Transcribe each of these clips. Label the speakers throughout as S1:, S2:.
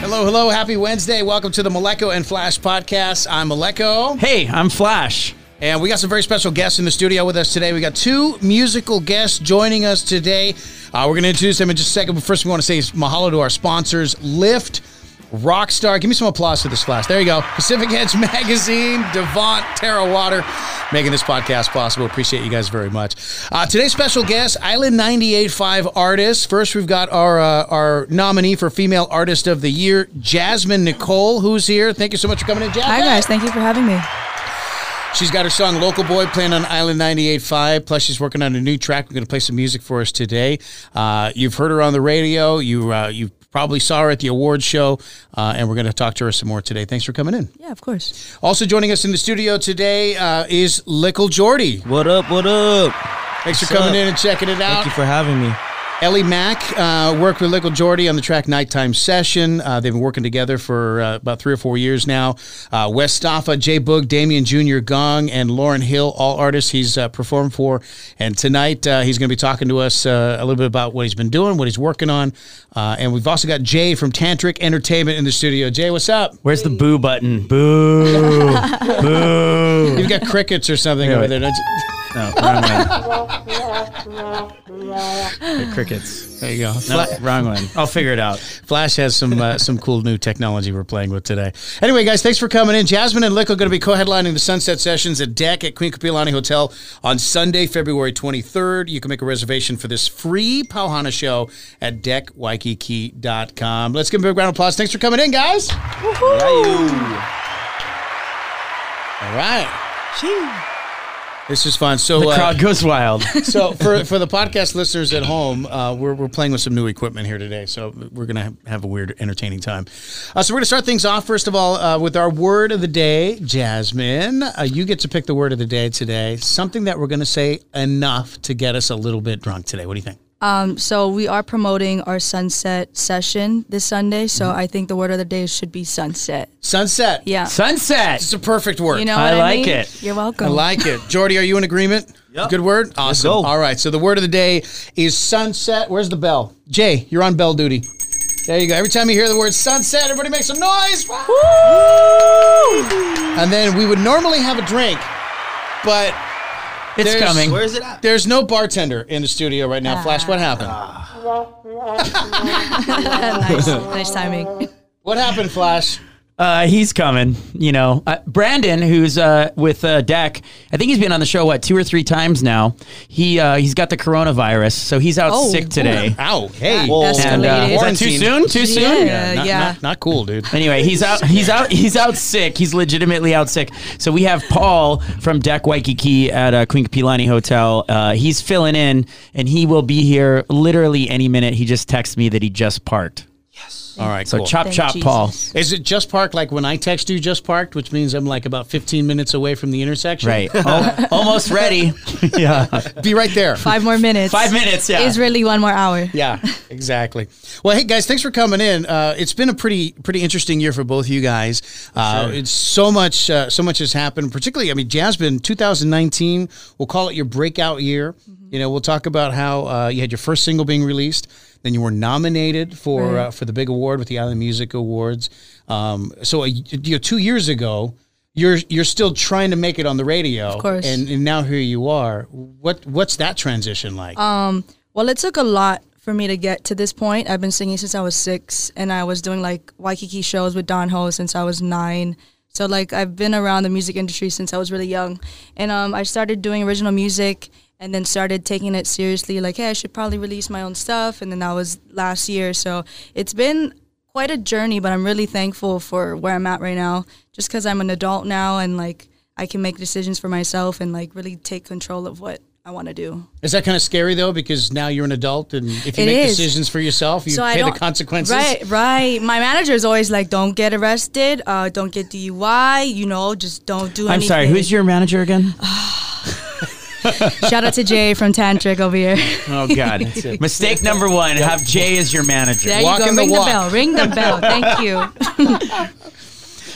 S1: Hello, hello. Happy Wednesday. Welcome to the Maleko and Flash podcast. I'm Maleko.
S2: Hey, I'm Flash.
S1: And we got some very special guests in the studio with us today. We got two musical guests joining us today. Uh, we're going to introduce them in just a second. But first, we want to say mahalo to our sponsors, Lyft, Rockstar. Give me some applause for this flash. There you go. Pacific Edge Magazine, Devant, Terra Water, making this podcast possible. Appreciate you guys very much. Uh, today's special guest, Island 98.5 artist. First, we've got our uh, our nominee for Female Artist of the Year, Jasmine Nicole, who's here. Thank you so much for coming in, Jasmine.
S3: Hi guys, thank you for having me.
S1: She's got her song Local Boy playing on Island 98.5. Plus, she's working on a new track. We're going to play some music for us today. Uh, you've heard her on the radio. You, uh, you probably saw her at the awards show. Uh, and we're going to talk to her some more today. Thanks for coming in.
S3: Yeah, of course.
S1: Also, joining us in the studio today uh, is Lickle Jordy.
S2: What up? What up?
S1: Thanks for
S2: What's
S1: coming
S2: up?
S1: in and checking it out.
S2: Thank you for having me.
S1: Ellie Mack uh, worked with Lickle Jordy on the track Nighttime Session. Uh, they've been working together for uh, about three or four years now. Uh, Wes Staffa, Jay Boog, Damian Jr. Gong, and Lauren Hill, all artists he's uh, performed for. And tonight uh, he's going to be talking to us uh, a little bit about what he's been doing, what he's working on. Uh, and we've also got Jay from Tantric Entertainment in the studio. Jay, what's up?
S2: Where's the boo button? Boo. boo.
S1: You've got crickets or something over there. Don't you?
S2: No, wrong one. The crickets.
S1: There you go.
S2: No, wrong one. I'll figure it out.
S1: Flash has some uh, some cool new technology we're playing with today. Anyway, guys, thanks for coming in. Jasmine and Lick are going to be co-headlining the Sunset Sessions at Deck at Queen Kapilani Hotel on Sunday, February 23rd. You can make a reservation for this free Pauhana show at deckwaikiki.com. Let's give them a big round of applause. Thanks for coming in, guys. All right. This is fun. So
S2: The
S1: uh,
S2: crowd goes wild.
S1: so for, for the podcast listeners at home, uh, we're, we're playing with some new equipment here today. So we're going to ha- have a weird, entertaining time. Uh, so we're going to start things off, first of all, uh, with our word of the day. Jasmine, uh, you get to pick the word of the day today. Something that we're going to say enough to get us a little bit drunk today. What do you think?
S3: Um, so we are promoting our sunset session this Sunday. So
S2: Mm-hmm.
S3: I think the word of the day should be sunset.
S1: Sunset.
S3: Yeah,
S1: It's
S2: Sunset.
S1: a perfect word.
S3: you know
S2: I
S3: what
S2: like
S3: mean?
S2: it.
S3: You're
S1: I
S3: welcome.
S1: like it. Jordy, are you in agreement?
S2: Yep.
S1: Good word? Awesome.
S2: go.
S1: All right. So the word of the day is sunset. Where's the bell? Jay, you're on bell duty. There you go. Every time you hear the word sunset, everybody make some noise. And then we would normally have a drink, but
S2: It's
S1: there's-
S2: coming. Ah.
S4: Where is it at?
S1: there's no bartender in the studio right now. Flash, what happened?
S3: nice, nice timing.
S1: What happened, Flash?
S2: Uh, he's coming. You know, uh, Brandon, who's uh, with uh, Deck. I think he's been on the show what two or three times now. He uh, he's got the coronavirus, so he's out
S3: Oh.
S2: sick today.
S1: Ow. Hey.
S4: Whoa.
S2: And uh,
S3: Escalated.
S2: is that too
S1: Quarantine.
S2: soon? Too soon?
S3: Yeah,
S1: Not,
S3: yeah.
S1: not- not cool, dude.
S2: Anyway, he's out. He's out. He's out sick. He's legitimately out sick. So we have Paul from Deck Waikiki at uh, Queen Kapilani Hotel. Uh, he's filling in, and he will be here literally any minute. He just texted me that he just parked.
S1: All right.
S2: So
S1: cool.
S2: chop
S3: Thank
S2: chop,
S3: Jesus.
S2: Paul.
S1: Is it just parked like when I text you just parked, which means I'm like about 15 minutes away from the intersection?
S2: Right, Al- almost ready. yeah,
S1: Be right there.
S3: Five more minutes.
S2: five minutes. Yeah,
S3: Is really one more hour.
S1: Yeah, exactly. Well, hey guys, thanks for coming in. Uh, it's been a pretty pretty interesting year for both you guys. Uh, It's so much uh, so much has happened. Particularly, I mean, Jasmine, 2019. We'll call it your breakout year. You know, we'll talk about how uh, you had your first single being released. Then you were nominated for uh, for the big award with the Island Music Awards. Um, so, a, you know, two years ago, you're you're still trying to make it on the radio, of
S3: course.
S1: And, and now here you are. What what's that transition like?
S3: Well, it took a lot for me to get to this point. I've been singing since I was six, and I was doing like Waikiki shows with Don Ho since I was nine. So like I've been around the music industry since I was really young, and um, I started doing original music, and then started taking it seriously. Like, hey, I should probably release my own stuff, and then that was last year. So it's been quite a journey, but I'm really thankful for where I'm at right now, just because I'm an adult now and like I can make decisions for myself and like really take control of what I want to do.
S1: Is that kind of scary though? Because now you're an adult, and if you
S3: It
S1: make
S3: is.
S1: decisions for yourself, you pay the consequences.
S3: Right, right. My manager is always like, "Don't get arrested. Uh, don't get DUI. You know, just don't do
S2: I'm
S3: anything."
S2: sorry. Who's your manager again?
S3: Shout out to Jay from Tantric over here.
S2: Oh God! Mistake number one: have Jay as your manager.
S3: There
S1: Walking
S3: you go.
S1: the
S3: Ring the,
S1: walk.
S3: bell. Ring the bell. Thank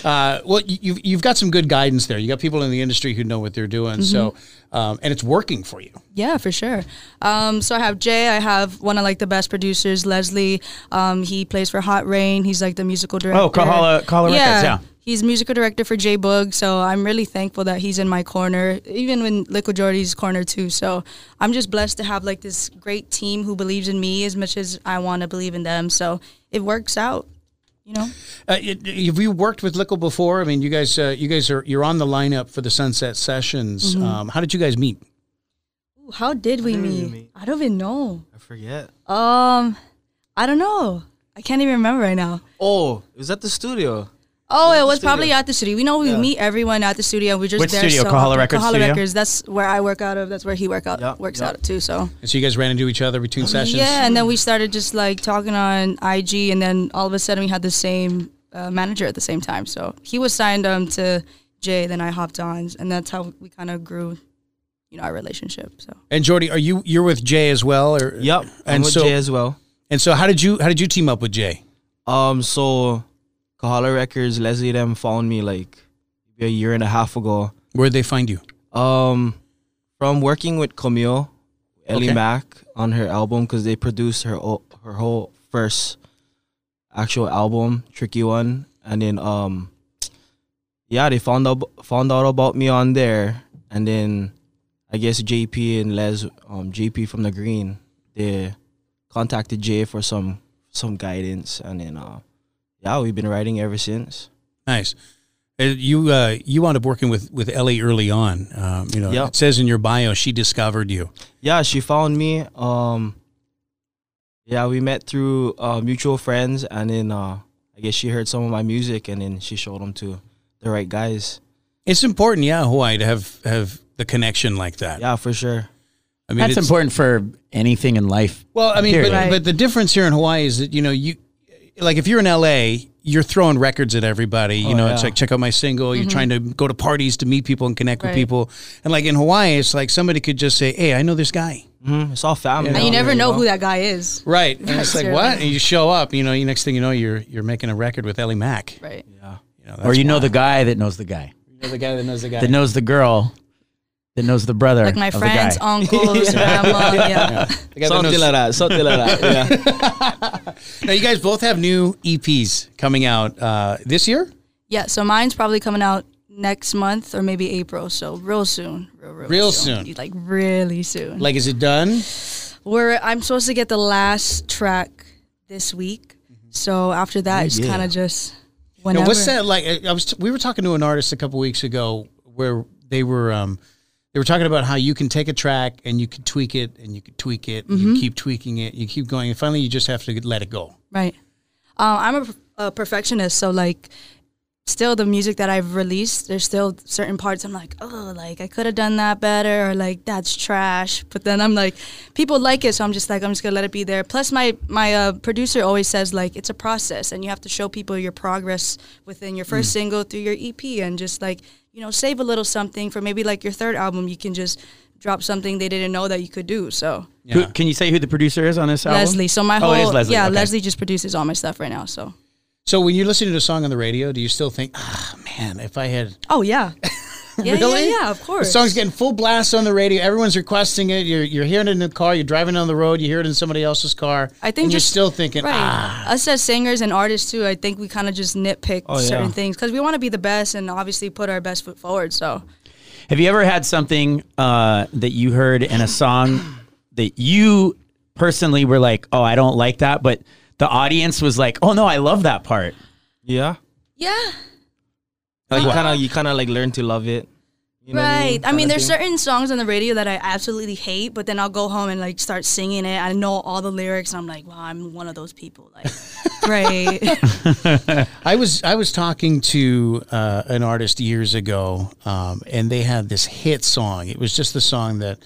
S3: you.
S1: Uh, well, you- you've
S3: Mm-hmm.
S1: you've got some good guidance there. You got people in the industry who know what they're doing. So, um, and it's working for you.
S3: Yeah, for sure. Um, so I have Jay. I have one of like the best producers, Leslie. Um, he plays for Hot Rain. He's like the musical director.
S2: Oh, Kahala- Kahala Records, yeah.
S3: He's musical director for Jay Boog, so I'm really thankful that he's in my corner, even in Liquid Jordy's corner too. So I'm just blessed to have like this great team who believes in me as much as I want to believe in them. So it works out, you know.
S1: Uh, it- have you worked with Lickle before? I mean, you guys, uh, you guys are you're on the lineup for the Sunset Sessions.
S3: Mm-hmm.
S1: Um, how did you guys meet?
S3: Ooh, How did we
S4: did we
S3: meet?
S4: meet?
S3: I don't even know.
S4: I forget.
S3: Um, I don't know. I can't even remember right now.
S4: Oh, it was at the studio.
S3: Oh, it
S4: the
S3: was probably
S4: studio.
S3: at the studio. We know we
S4: Yeah.
S3: meet everyone at the studio. We're just
S2: Which
S3: there.
S2: studio?
S3: So
S2: Kahala Records
S3: Kahala
S2: studio?
S3: Records. That's where I work out of. That's where he work out
S4: Yeah,
S3: works
S4: yeah.
S3: out of too. So
S1: And so you guys ran into each other between sessions.
S3: Oh, yeah, and then we started just like talking on IG, and then all of a sudden we had the same uh, manager at the same time. So he was signed um to Jay, then I hopped on, and that's how we kind of grew, you know, our relationship. So
S1: And Jordy, are you you're with Jay as well? Or
S4: Yep, and
S1: And
S4: with
S1: so
S4: Jay as well.
S1: and so how did you how did you team up with Jay?
S4: Um, so Kahala Records, Leslie them found me like a year and a half ago.
S1: Where'd they find you?
S4: Um, from working with Camille, Ellie
S1: Okay.
S4: Mack on her album because they produced her o- her whole first actual album, Tricky One, and then um, yeah, they found out found out about me on there, and then I guess JP and Les, um, JP from the Green, they contacted Jay for some some guidance, and then uh, yeah, we've been writing ever since.
S1: Nice. Uh, You uh, you wound up working with with Ellie early on. Um, you know,
S4: Yep.
S1: it says in your bio she discovered you.
S4: yeah, she found me. Um, yeah, we met through uh, mutual friends, and then uh, I guess she heard some of my music, and then she showed them to the right guys.
S1: It's important, yeah, Hawaii to have have the connection like that.
S4: Yeah, for sure.
S1: I mean,
S2: That's
S1: it's-
S2: important for anything in life.
S1: Well, I mean, but,
S2: Period.
S3: Right.
S1: but the difference here in Hawaii is that you know you, like, if you're in LA, you're throwing records at everybody. You
S4: Oh,
S1: know, it's
S4: yeah.
S1: like check out my single.
S2: Mm-hmm.
S1: You're trying to go to parties to meet people and connect with
S3: Right.
S1: people. And like in Hawaii, it's like somebody could just say, "Hey, I know this guy."
S4: hmm It's all family.
S3: and you
S4: down
S3: never
S4: there,
S3: know,
S4: you
S3: who that guy is,
S1: Right. And it's like
S3: Sure.
S1: what? And you show up. You know, you next thing you know, you're you're making a record with Ellie Mack.
S3: right?
S4: Yeah.
S1: You know,
S2: or you know the guy that knows the guy,
S1: the guy that knows the guy.
S2: that knows the girl, that knows the brother.
S3: Like my
S2: of the
S3: friends,
S2: guy.
S3: uncles, grandma, yeah.
S4: Something like that. Something like that. Yeah.
S1: Now you guys both have new EPs coming out uh, this year.
S3: Yeah, so mine's probably coming out next month or maybe April, so real soon. Real, real,
S1: Real soon.
S3: Like really soon.
S1: Like, is it done?
S3: We're I'm supposed to get the last track this week.
S1: Mm-hmm.
S3: So after that it's kind of just whenever.
S1: Now, Oh, what's that like? I I was t- we were talking to an artist a couple weeks ago where they were um, they were talking about how you can take a track and you can tweak it and you can tweak it, and
S3: Mm-hmm.
S1: you keep tweaking it, you keep going, and finally you just have to let it go.
S3: Right. Um, I'm a, per- a perfectionist, so like, still the music that I've released, there's still certain parts I'm like, oh, like I could have done that better, or like that's trash. But then I'm like, people like it, so I'm just like, I'm just gonna let it be there. Plus, my my uh, producer always says like it's a process, and you have to show people your progress within your
S2: Mm.
S3: first single through your EP, and just like you know, save a little something for maybe like your third album. You can just drop something they didn't know that you could do. So
S2: Who, can you say who the producer is on this album?
S3: Leslie, so my whole
S2: Oh, it is Leslie,
S3: yeah,
S2: okay.
S3: Leslie just produces all my stuff right now. So.
S1: So when you're listening to a song on the radio, do you still think, ah, man, if I had
S3: Oh yeah. yeah,
S1: Really?
S3: yeah, yeah, of
S1: the
S3: course.
S1: song's getting full blast on the radio, everyone's requesting it, you're you're hearing it in the car, you're driving down the road, you hear it in somebody else's car,
S3: I think
S1: and you're
S3: just-
S1: still thinking,
S3: right.
S1: ah,
S3: Us as singers and artists too, I think we kind of just nitpick
S4: Oh, yeah.
S3: certain things because we want to be the best and obviously put our best foot forward. So
S2: Have you ever had something uh, that you heard in a song that you personally were like, "Oh, I don't like that," but the audience was like, "Oh no, I love that part."
S4: yeah.
S3: yeah,
S4: Like you kind of you kind of like learn to love it. You know what
S3: right. I mean,
S4: kinda
S3: there's
S4: thing.
S3: certain songs on the radio that I absolutely hate, but then I'll go home and like start singing it. I know all the lyrics, and I'm like, wow, I'm one of those people. Like, great.
S1: I was I was talking to uh, an artist years ago, um, and they had this hit song. It was just the song that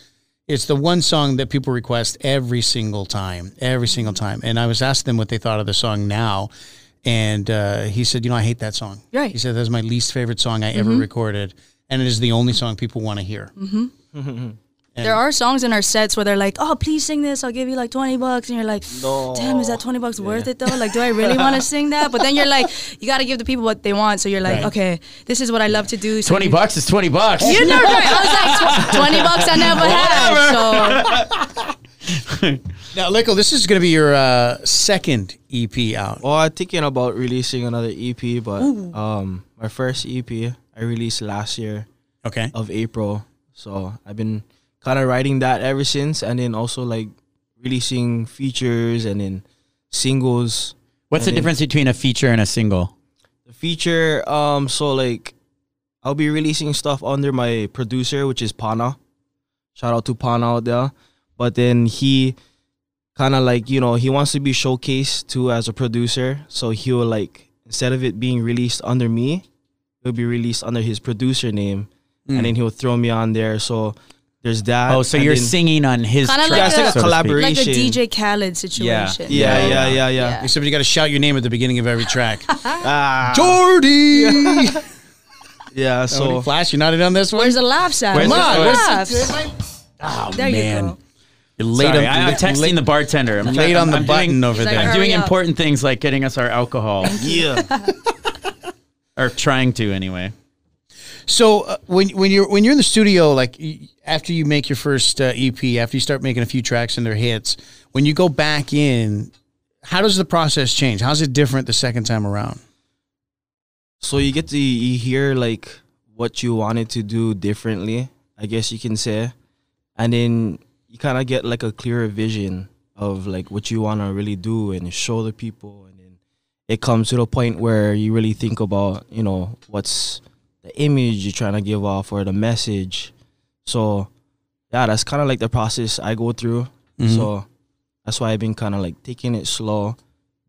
S1: it's the one song that people request every single time, every single time. And I was asking them what they thought of the song now, and uh, he said, "You know, I hate that song."
S3: Right.
S1: He said that's my least favorite song I ever recorded, and it is the only song people want to hear. Mm-hmm.
S2: And-
S3: there are songs in our sets where they're like, "Oh, please sing this. I'll give you like twenty bucks," and you're like,
S4: No.
S3: "Damn, is that twenty bucks worth it though? Like, do I really want to sing that?" But then you're like, you got to give the people what they want. So you're like,
S2: Right.
S3: "Okay, this is what I love to do." So
S2: Twenty
S3: you-
S2: bucks is twenty bucks.
S3: You're not right. I was like, tw- twenty bucks I never had. So
S1: Now, Lico, this is going to be your uh, second EP out.
S4: Well, I'm thinking about releasing another EP, but um, my first EP I released last year
S1: Okay.
S4: of April, so I've been kind of writing that ever since, and then also like releasing features and then singles.
S2: What's the
S4: And then-
S2: difference between a feature and a single?
S4: The feature, um, so like I'll be releasing stuff under my producer, which is Pana. Shout out to Pana out there. But then he kind of like, you know, he wants to be showcased too as a producer. So he will like, instead of it being released under me, it'll be released under his producer name. And then he'll throw me on there. So there's that.
S2: Hmm. Oh, so
S4: and
S2: you're
S4: then-
S2: singing on his
S3: Kinda
S2: track.
S3: like Yeah, it's
S2: so
S3: like a
S2: to speak.
S4: collaboration.
S3: like a
S4: Duration.
S3: DJ Khaled situation.
S4: Yeah, yeah, yeah, yeah.
S1: Except you got to shout your name at the beginning of every track.
S4: Ah,
S1: Jordy!
S4: yeah, so.
S1: Flash, you're not in on this one?
S3: Where's the laughs at?
S2: Where's
S1: Come
S2: the-
S1: on. where's
S2: where's
S1: the-
S3: laughs?
S1: Oh,
S3: There you
S1: man.
S3: go.
S1: You're late
S2: Sorry,
S1: on,
S2: I, am
S1: late-
S2: texting the bartender. I'm
S1: late
S2: trying-
S1: on the
S2: I'm
S1: button
S2: doing,
S1: over
S3: He's like,
S1: there.
S2: I'm doing
S3: Hurry up.
S2: important things like getting us our alcohol,
S4: Yeah.
S2: or trying to anyway.
S1: So uh, when when you're when you're in the studio, like y- after you make your first uh, EP, after you start making a few tracks and they're hits, when you go back in, how does the process change? How's it different the second time around?
S4: So you get to you hear like what you wanted to do differently, I guess you can say, and then you kind of get like a clearer vision of like what you want to really do and show the people, and then it comes to the point where you really think about you know what's the image you're trying to give off or the message. So yeah, that's kind of like the process I go through.
S2: Mm-hmm.
S1: Mm-hmm.
S4: So that's why I've been kind of like taking it slow,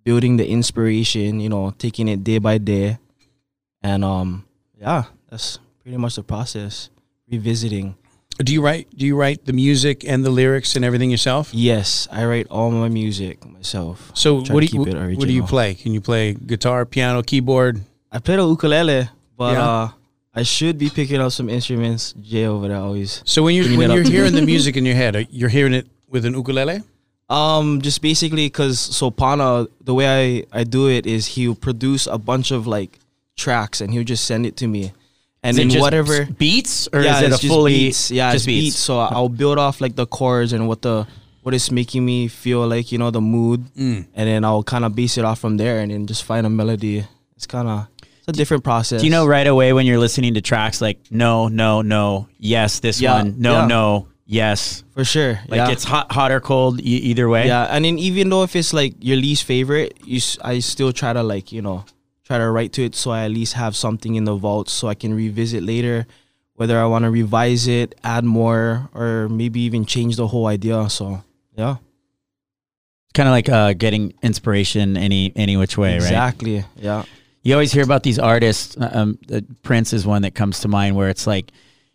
S4: building the inspiration, you know, taking it day by day. And um yeah, that's pretty much the process. Revisiting.
S1: Do you write do you write the music and the lyrics and everything yourself?
S4: Yes, I write all my music myself.
S1: So
S4: Try
S1: what
S4: to
S1: do you
S4: keep it
S1: what do you
S4: original.
S1: play? Can you play guitar, piano, keyboard?
S4: I play the ukulele, but
S1: Yeah.
S4: uh I should be picking up some instruments. Jay over there always.
S1: So when you're
S4: Clean
S1: when
S4: it up.
S1: you're hearing the music in your head, are- you're hearing it with an ukulele.
S4: Um, just basically because so Pana, the way I I do it is he'll produce a bunch of like tracks and he'll just send it to me,
S2: Is
S4: and
S2: it
S4: then
S2: just
S4: whatever
S2: beats, or is it a
S4: it's just
S2: fully
S4: beats. yeah
S2: just
S4: it's beats. So I'll build off like the chords and what the what it's making me feel like you know the mood,
S2: Mm.
S4: and then I'll kind of base it off from there and then just find a melody. It's kind of it's a different process.
S2: Do you know right away when you're listening to tracks like no, no, no, yes, this
S4: Yeah,
S2: one, no,
S4: yeah.
S2: no, yes,
S4: for sure?
S2: like
S4: yeah.
S2: it's hot, hot or cold, e- either way.
S4: Yeah, and then even though if it's like your least favorite, you s- I still try to like you know try to write to it so I at least have something in the vault so I can revisit later, whether I want to revise it, add more, or maybe even change the whole idea. So yeah,
S2: Kind of like uh, getting inspiration any any which way, right?
S4: exactly. Yeah,
S2: you always hear about these artists. uh, Um, uh, Prince is one that comes to mind where it's like,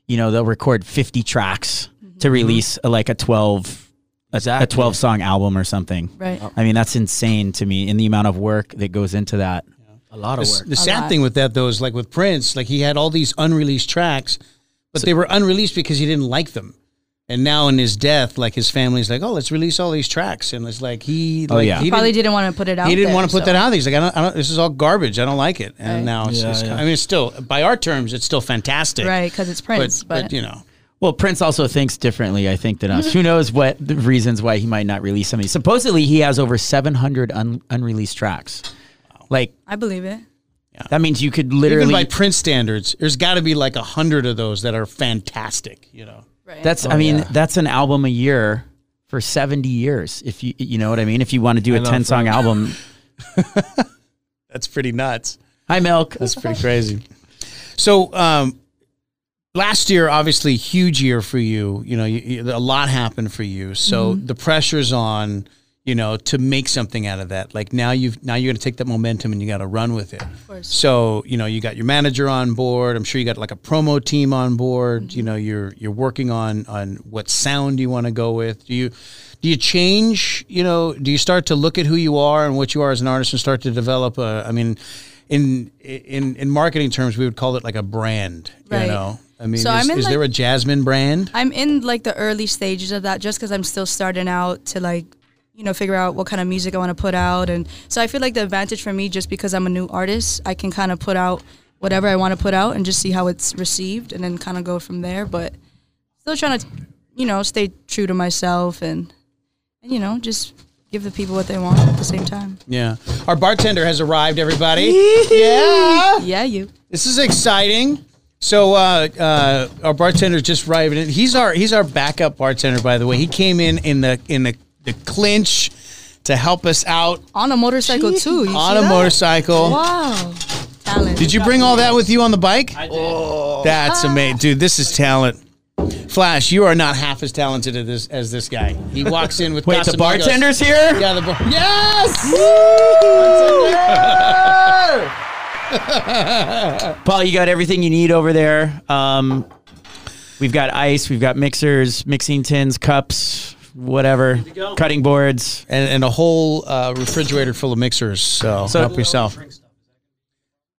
S2: you know, they'll record 50 tracks to release uh, like a 12, a, a
S4: Exactly.
S2: 12 song album or something.
S3: Right.
S2: I mean, that's insane to me in the amount of work that goes into that.
S4: a lot
S1: The,
S4: of
S1: s-
S4: work.
S1: the sad
S3: lot.
S1: thing with that though is like with Prince, like he had all these unreleased tracks, but they were unreleased because he didn't like them. And now in his death, like his family's like, oh, let's release all these tracks, and it's like he, like,
S2: yeah.
S1: he
S3: Probably
S1: didn't,
S3: didn't want to put it out.
S1: he didn't
S3: there,
S1: want to put
S3: so.
S1: that out. there. He's like, I don't, I don't, this is all garbage. I don't like it. And
S3: Right.
S1: now it's,
S4: Yeah,
S1: it's
S4: yeah.
S1: I mean, it's still by our terms, it's still fantastic,
S3: Right, because it's Prince.
S1: But,
S3: But,
S1: but you know,
S2: Well, Prince also thinks differently, I think, than us. Who knows what the reasons why he might not release something. Supposedly, he has over 700 un- unreleased tracks. Like,
S3: I believe it.
S2: that means you could
S1: even
S2: literally.
S1: by Prince standards, there's got to be like a hundred of those that are fantastic. You know,
S3: Right.
S2: That's I mean that's an album a year for 70 years if you you know what I mean if you want to do a
S4: know,
S2: 10 song album
S1: that's pretty nuts.
S2: Hi Milk
S1: That's pretty crazy. So, um, last year, obviously, huge year for you. You know, you, you, a lot happened for you. So
S3: Mm-hmm.
S1: the pressure's on. You know, to make something out of that. Like now, you've now you're going to take that momentum and you got to run with it. Of
S3: course.
S1: So you know, you got your manager on board. I'm sure you got like a promo team on board.
S3: Mm-hmm.
S1: You know, you're you're working on on what sound you want to go with. Do you do you change? You know, do you start to look at who you are and what you are as an artist and start to develop? A, I mean, in in in marketing terms, we would call it like a brand. You
S3: Right.
S1: know, I mean,
S3: So
S1: is,
S3: I'm in,
S1: is there a
S3: like-
S1: Jasmine brand?
S3: I'm in like the early stages of that just because I'm still starting out to like, you know, figure out what kind of music I want to put out. And so I feel like the advantage for me, just because I'm a new artist, I can kind of put out whatever I want to put out and just see how it's received and then kind of go from there. But still trying to, you know, stay true to myself and, and you know, just give the people what they want at the same time.
S1: Yeah. Our bartender has arrived, everybody. yeah.
S3: Yeah, you.
S1: This is exciting. So uh, uh, our bartender just arrived in. He's our he's our backup bartender, by the way. He came in in the in the, the clinch to help us out
S3: On a motorcycle too. You
S1: on
S3: see
S1: a
S3: that?
S1: motorcycle.
S3: Wow. Talent.
S1: Did you bring all that with you on the bike? I did. That's
S3: Ah.
S1: amazing, dude. This is talent. Flash, you are not half as talented as this, as this guy. He walks in with
S2: Wait, the
S1: Casamigos.
S2: bartender's here?
S1: Yeah, the bar- yes.
S2: Paul, you got everything you need over there. Um, we've got ice, we've got mixers, mixing tins, cups, whatever, cutting boards.
S1: and, and a whole uh, refrigerator full of mixers. So,
S2: So-
S1: help yourself.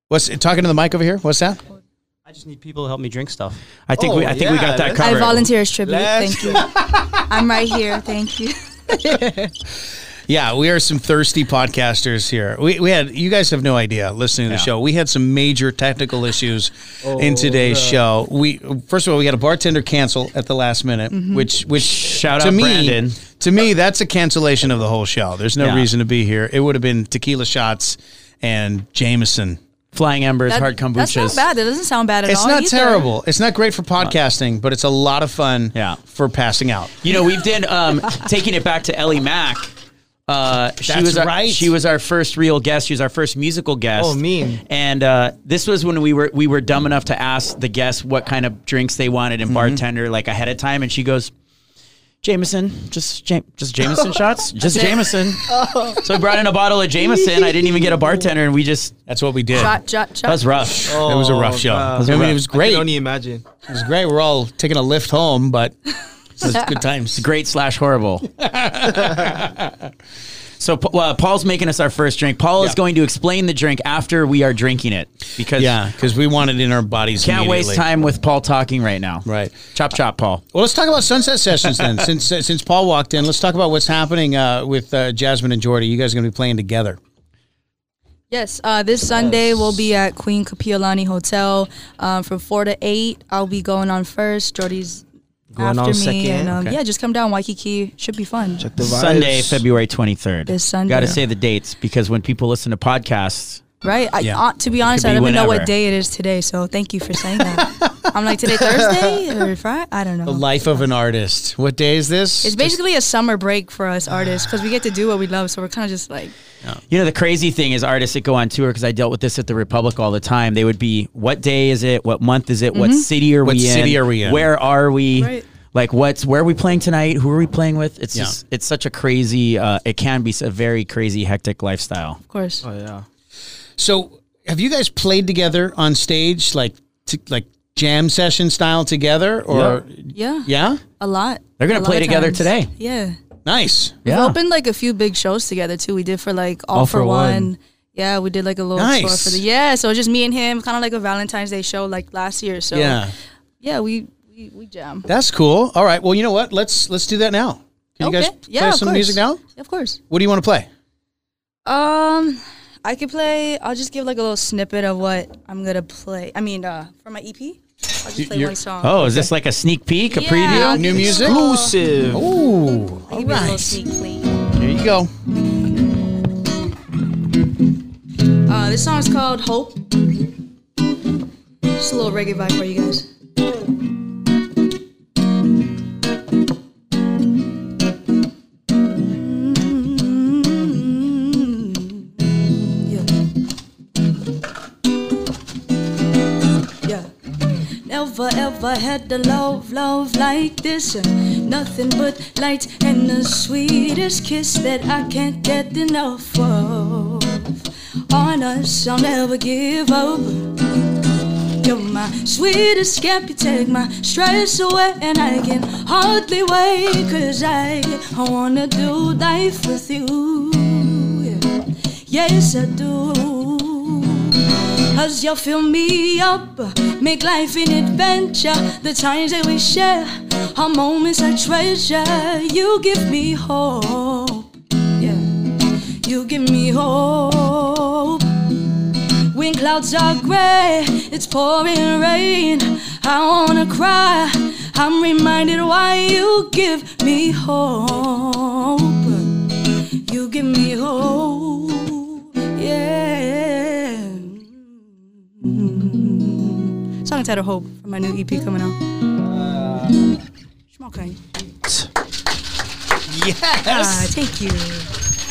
S1: What's talking to the mic over here? What's that?
S5: I just need people to help me drink stuff.
S2: I think we, I think we
S4: yeah,
S2: got that
S4: let's-
S2: covered.
S3: Oh, I volunteer as tribute.
S4: Let's
S3: Thank you. I'm right here. Thank you.
S1: Yeah, we are some thirsty podcasters here. We, we had you guys have no idea listening to the show. We had some major technical issues in today's show. We first of all we had a bartender cancel at the last minute, which which
S2: Shout
S1: to
S2: out
S1: me,
S2: Brandon.
S1: To me, that's a cancellation of the whole show. There's no
S2: Yeah.
S1: reason to be here. It would have been tequila shots and Jameson.
S2: Flying embers,
S3: That-
S2: hard kombuchas.
S3: That's not bad. That doesn't sound bad at
S1: It's
S3: all.
S1: not
S3: either.
S1: terrible. It's not great for podcasting, but it's a lot of fun
S2: Yeah.
S1: for passing out.
S2: You know, we've done um, taking it back to Ellie Mack. Uh, she
S1: That's
S2: was our,
S1: right.
S2: She was our first real guest. She was our first musical guest.
S4: Oh, mean.
S2: And uh, this was when we were we were dumb enough to ask the guests what kind of drinks they wanted
S4: Mm-hmm.
S2: and bartender like ahead of time, and she goes. Jameson, just Jam- just Jameson shots, just Jameson.
S4: oh.
S2: So I brought in a bottle of Jameson. I didn't even get a bartender, and we just
S1: That's what we did.
S3: Jot, jot, jot.
S2: that was rough.
S1: it was a rough show.
S4: Oh, wow.
S1: I mean, it was
S4: I
S1: great.
S4: can only imagine.
S1: It was great. We're all taking a lift home, but it was good times.
S2: great slash horrible. so Pa- uh, Paul's making us our first drink. Paul is
S1: Yeah.
S2: going to explain the drink after we are drinking it because
S1: Yeah, because we want it in our bodies.
S2: can't waste
S1: immediately.
S2: time with Paul talking right now.
S1: Right.
S2: Chop chop, Paul.
S1: Well, let's talk about sunset sessions then. since uh, since Paul walked in, let's talk about what's happening uh, with uh, Jasmine and Jordy. You guys are going to be playing together.
S3: Yes, uh, this Sunday we'll be at Queen Kapiolani Hotel um, from four to eight. I'll be going on first. Jordy's
S4: Going
S3: after
S4: on
S3: me,
S4: second.
S3: and um,
S4: Okay.
S3: yeah, just come down Waikiki. Should be fun.
S4: Check the vibes.
S2: Sunday, February twenty third.
S3: This Sunday.
S2: Got to say the dates because when people listen to podcasts,
S3: Right? I,
S1: Yeah.
S3: uh, to be honest,
S2: could
S3: I
S2: be
S3: don't even know
S2: whenever.
S3: what day it is today. So thank you for saying that. I'm like today Thursday or Friday. I don't know.
S1: The life of an artist. What day is this?
S3: it's basically a summer break for us artists because we get to do what we love. So we're kind of just like
S2: You know, the crazy thing is artists that go on tour, because I dealt with this at the Republic all the time, they would be, what day is it? What month is it? What city are
S1: What
S2: we in?
S1: city are we in?
S2: Where are we?
S3: Mm-hmm. Right.
S2: Like, what's, where are we playing tonight? Who are we playing with? It's
S1: Yeah.
S2: just, it's such a crazy, uh, it can be a very crazy, hectic lifestyle.
S3: of course.
S4: Oh yeah.
S1: so. Have you guys played together on stage, like t- like jam session style together, or
S3: Yeah.
S1: yeah?
S3: A lot.
S2: They're gonna
S3: A lot
S2: play
S3: of
S2: together
S3: times.
S2: today.
S3: Yeah.
S1: Nice.
S3: We've opened like a few big shows together too. We did for like All, for, one. Yeah, we did like a little tour
S1: Nice.
S3: for the yeah. So it was just me and him, kind of like a Valentine's Day show like last year. So
S1: Yeah,
S3: yeah, we we, we jam.
S1: that's cool. All right. Well, you know what? Let's let's do that now. Can you guys play
S3: yeah, of
S1: some
S3: course.
S1: music now?
S3: Of course.
S1: What do you want to play?
S3: Um, I could play. I'll just give like a little snippet of what I'm gonna play. I mean, uh, for my EP, I'll just play
S1: you're-
S3: one song.
S2: Oh, is this like a sneak peek, a
S3: Yeah,
S2: preview?
S3: I'll
S1: New
S3: give you a
S1: music?
S3: little-
S4: Exclusive.
S1: Ooh,
S3: I'll
S1: all
S3: give you a little
S1: right.
S3: sneak peek.
S1: Here you go.
S3: Uh, this song is called Hope. Just a little reggae vibe for you guys. Mm-hmm. Yeah. Never ever had a love, love like this. And nothing but light and the sweetest kiss that I can't get enough of. On us, I'll never give up. You're my sweetest scamp, you take my stress away, and I can hardly wait, cause I, I wanna do life with you. Yes, I do. Cause you fill me up, make life an adventure. The times that we share are moments I treasure. You give me hope, yeah. You give me hope. When clouds are gray, it's pouring rain. I wanna cry. I'm reminded why you give me hope. You give me hope, yeah. Song title Hope from my new EP coming out. Schmalkang. Ah,
S1: Yes.
S3: Uh, thank you.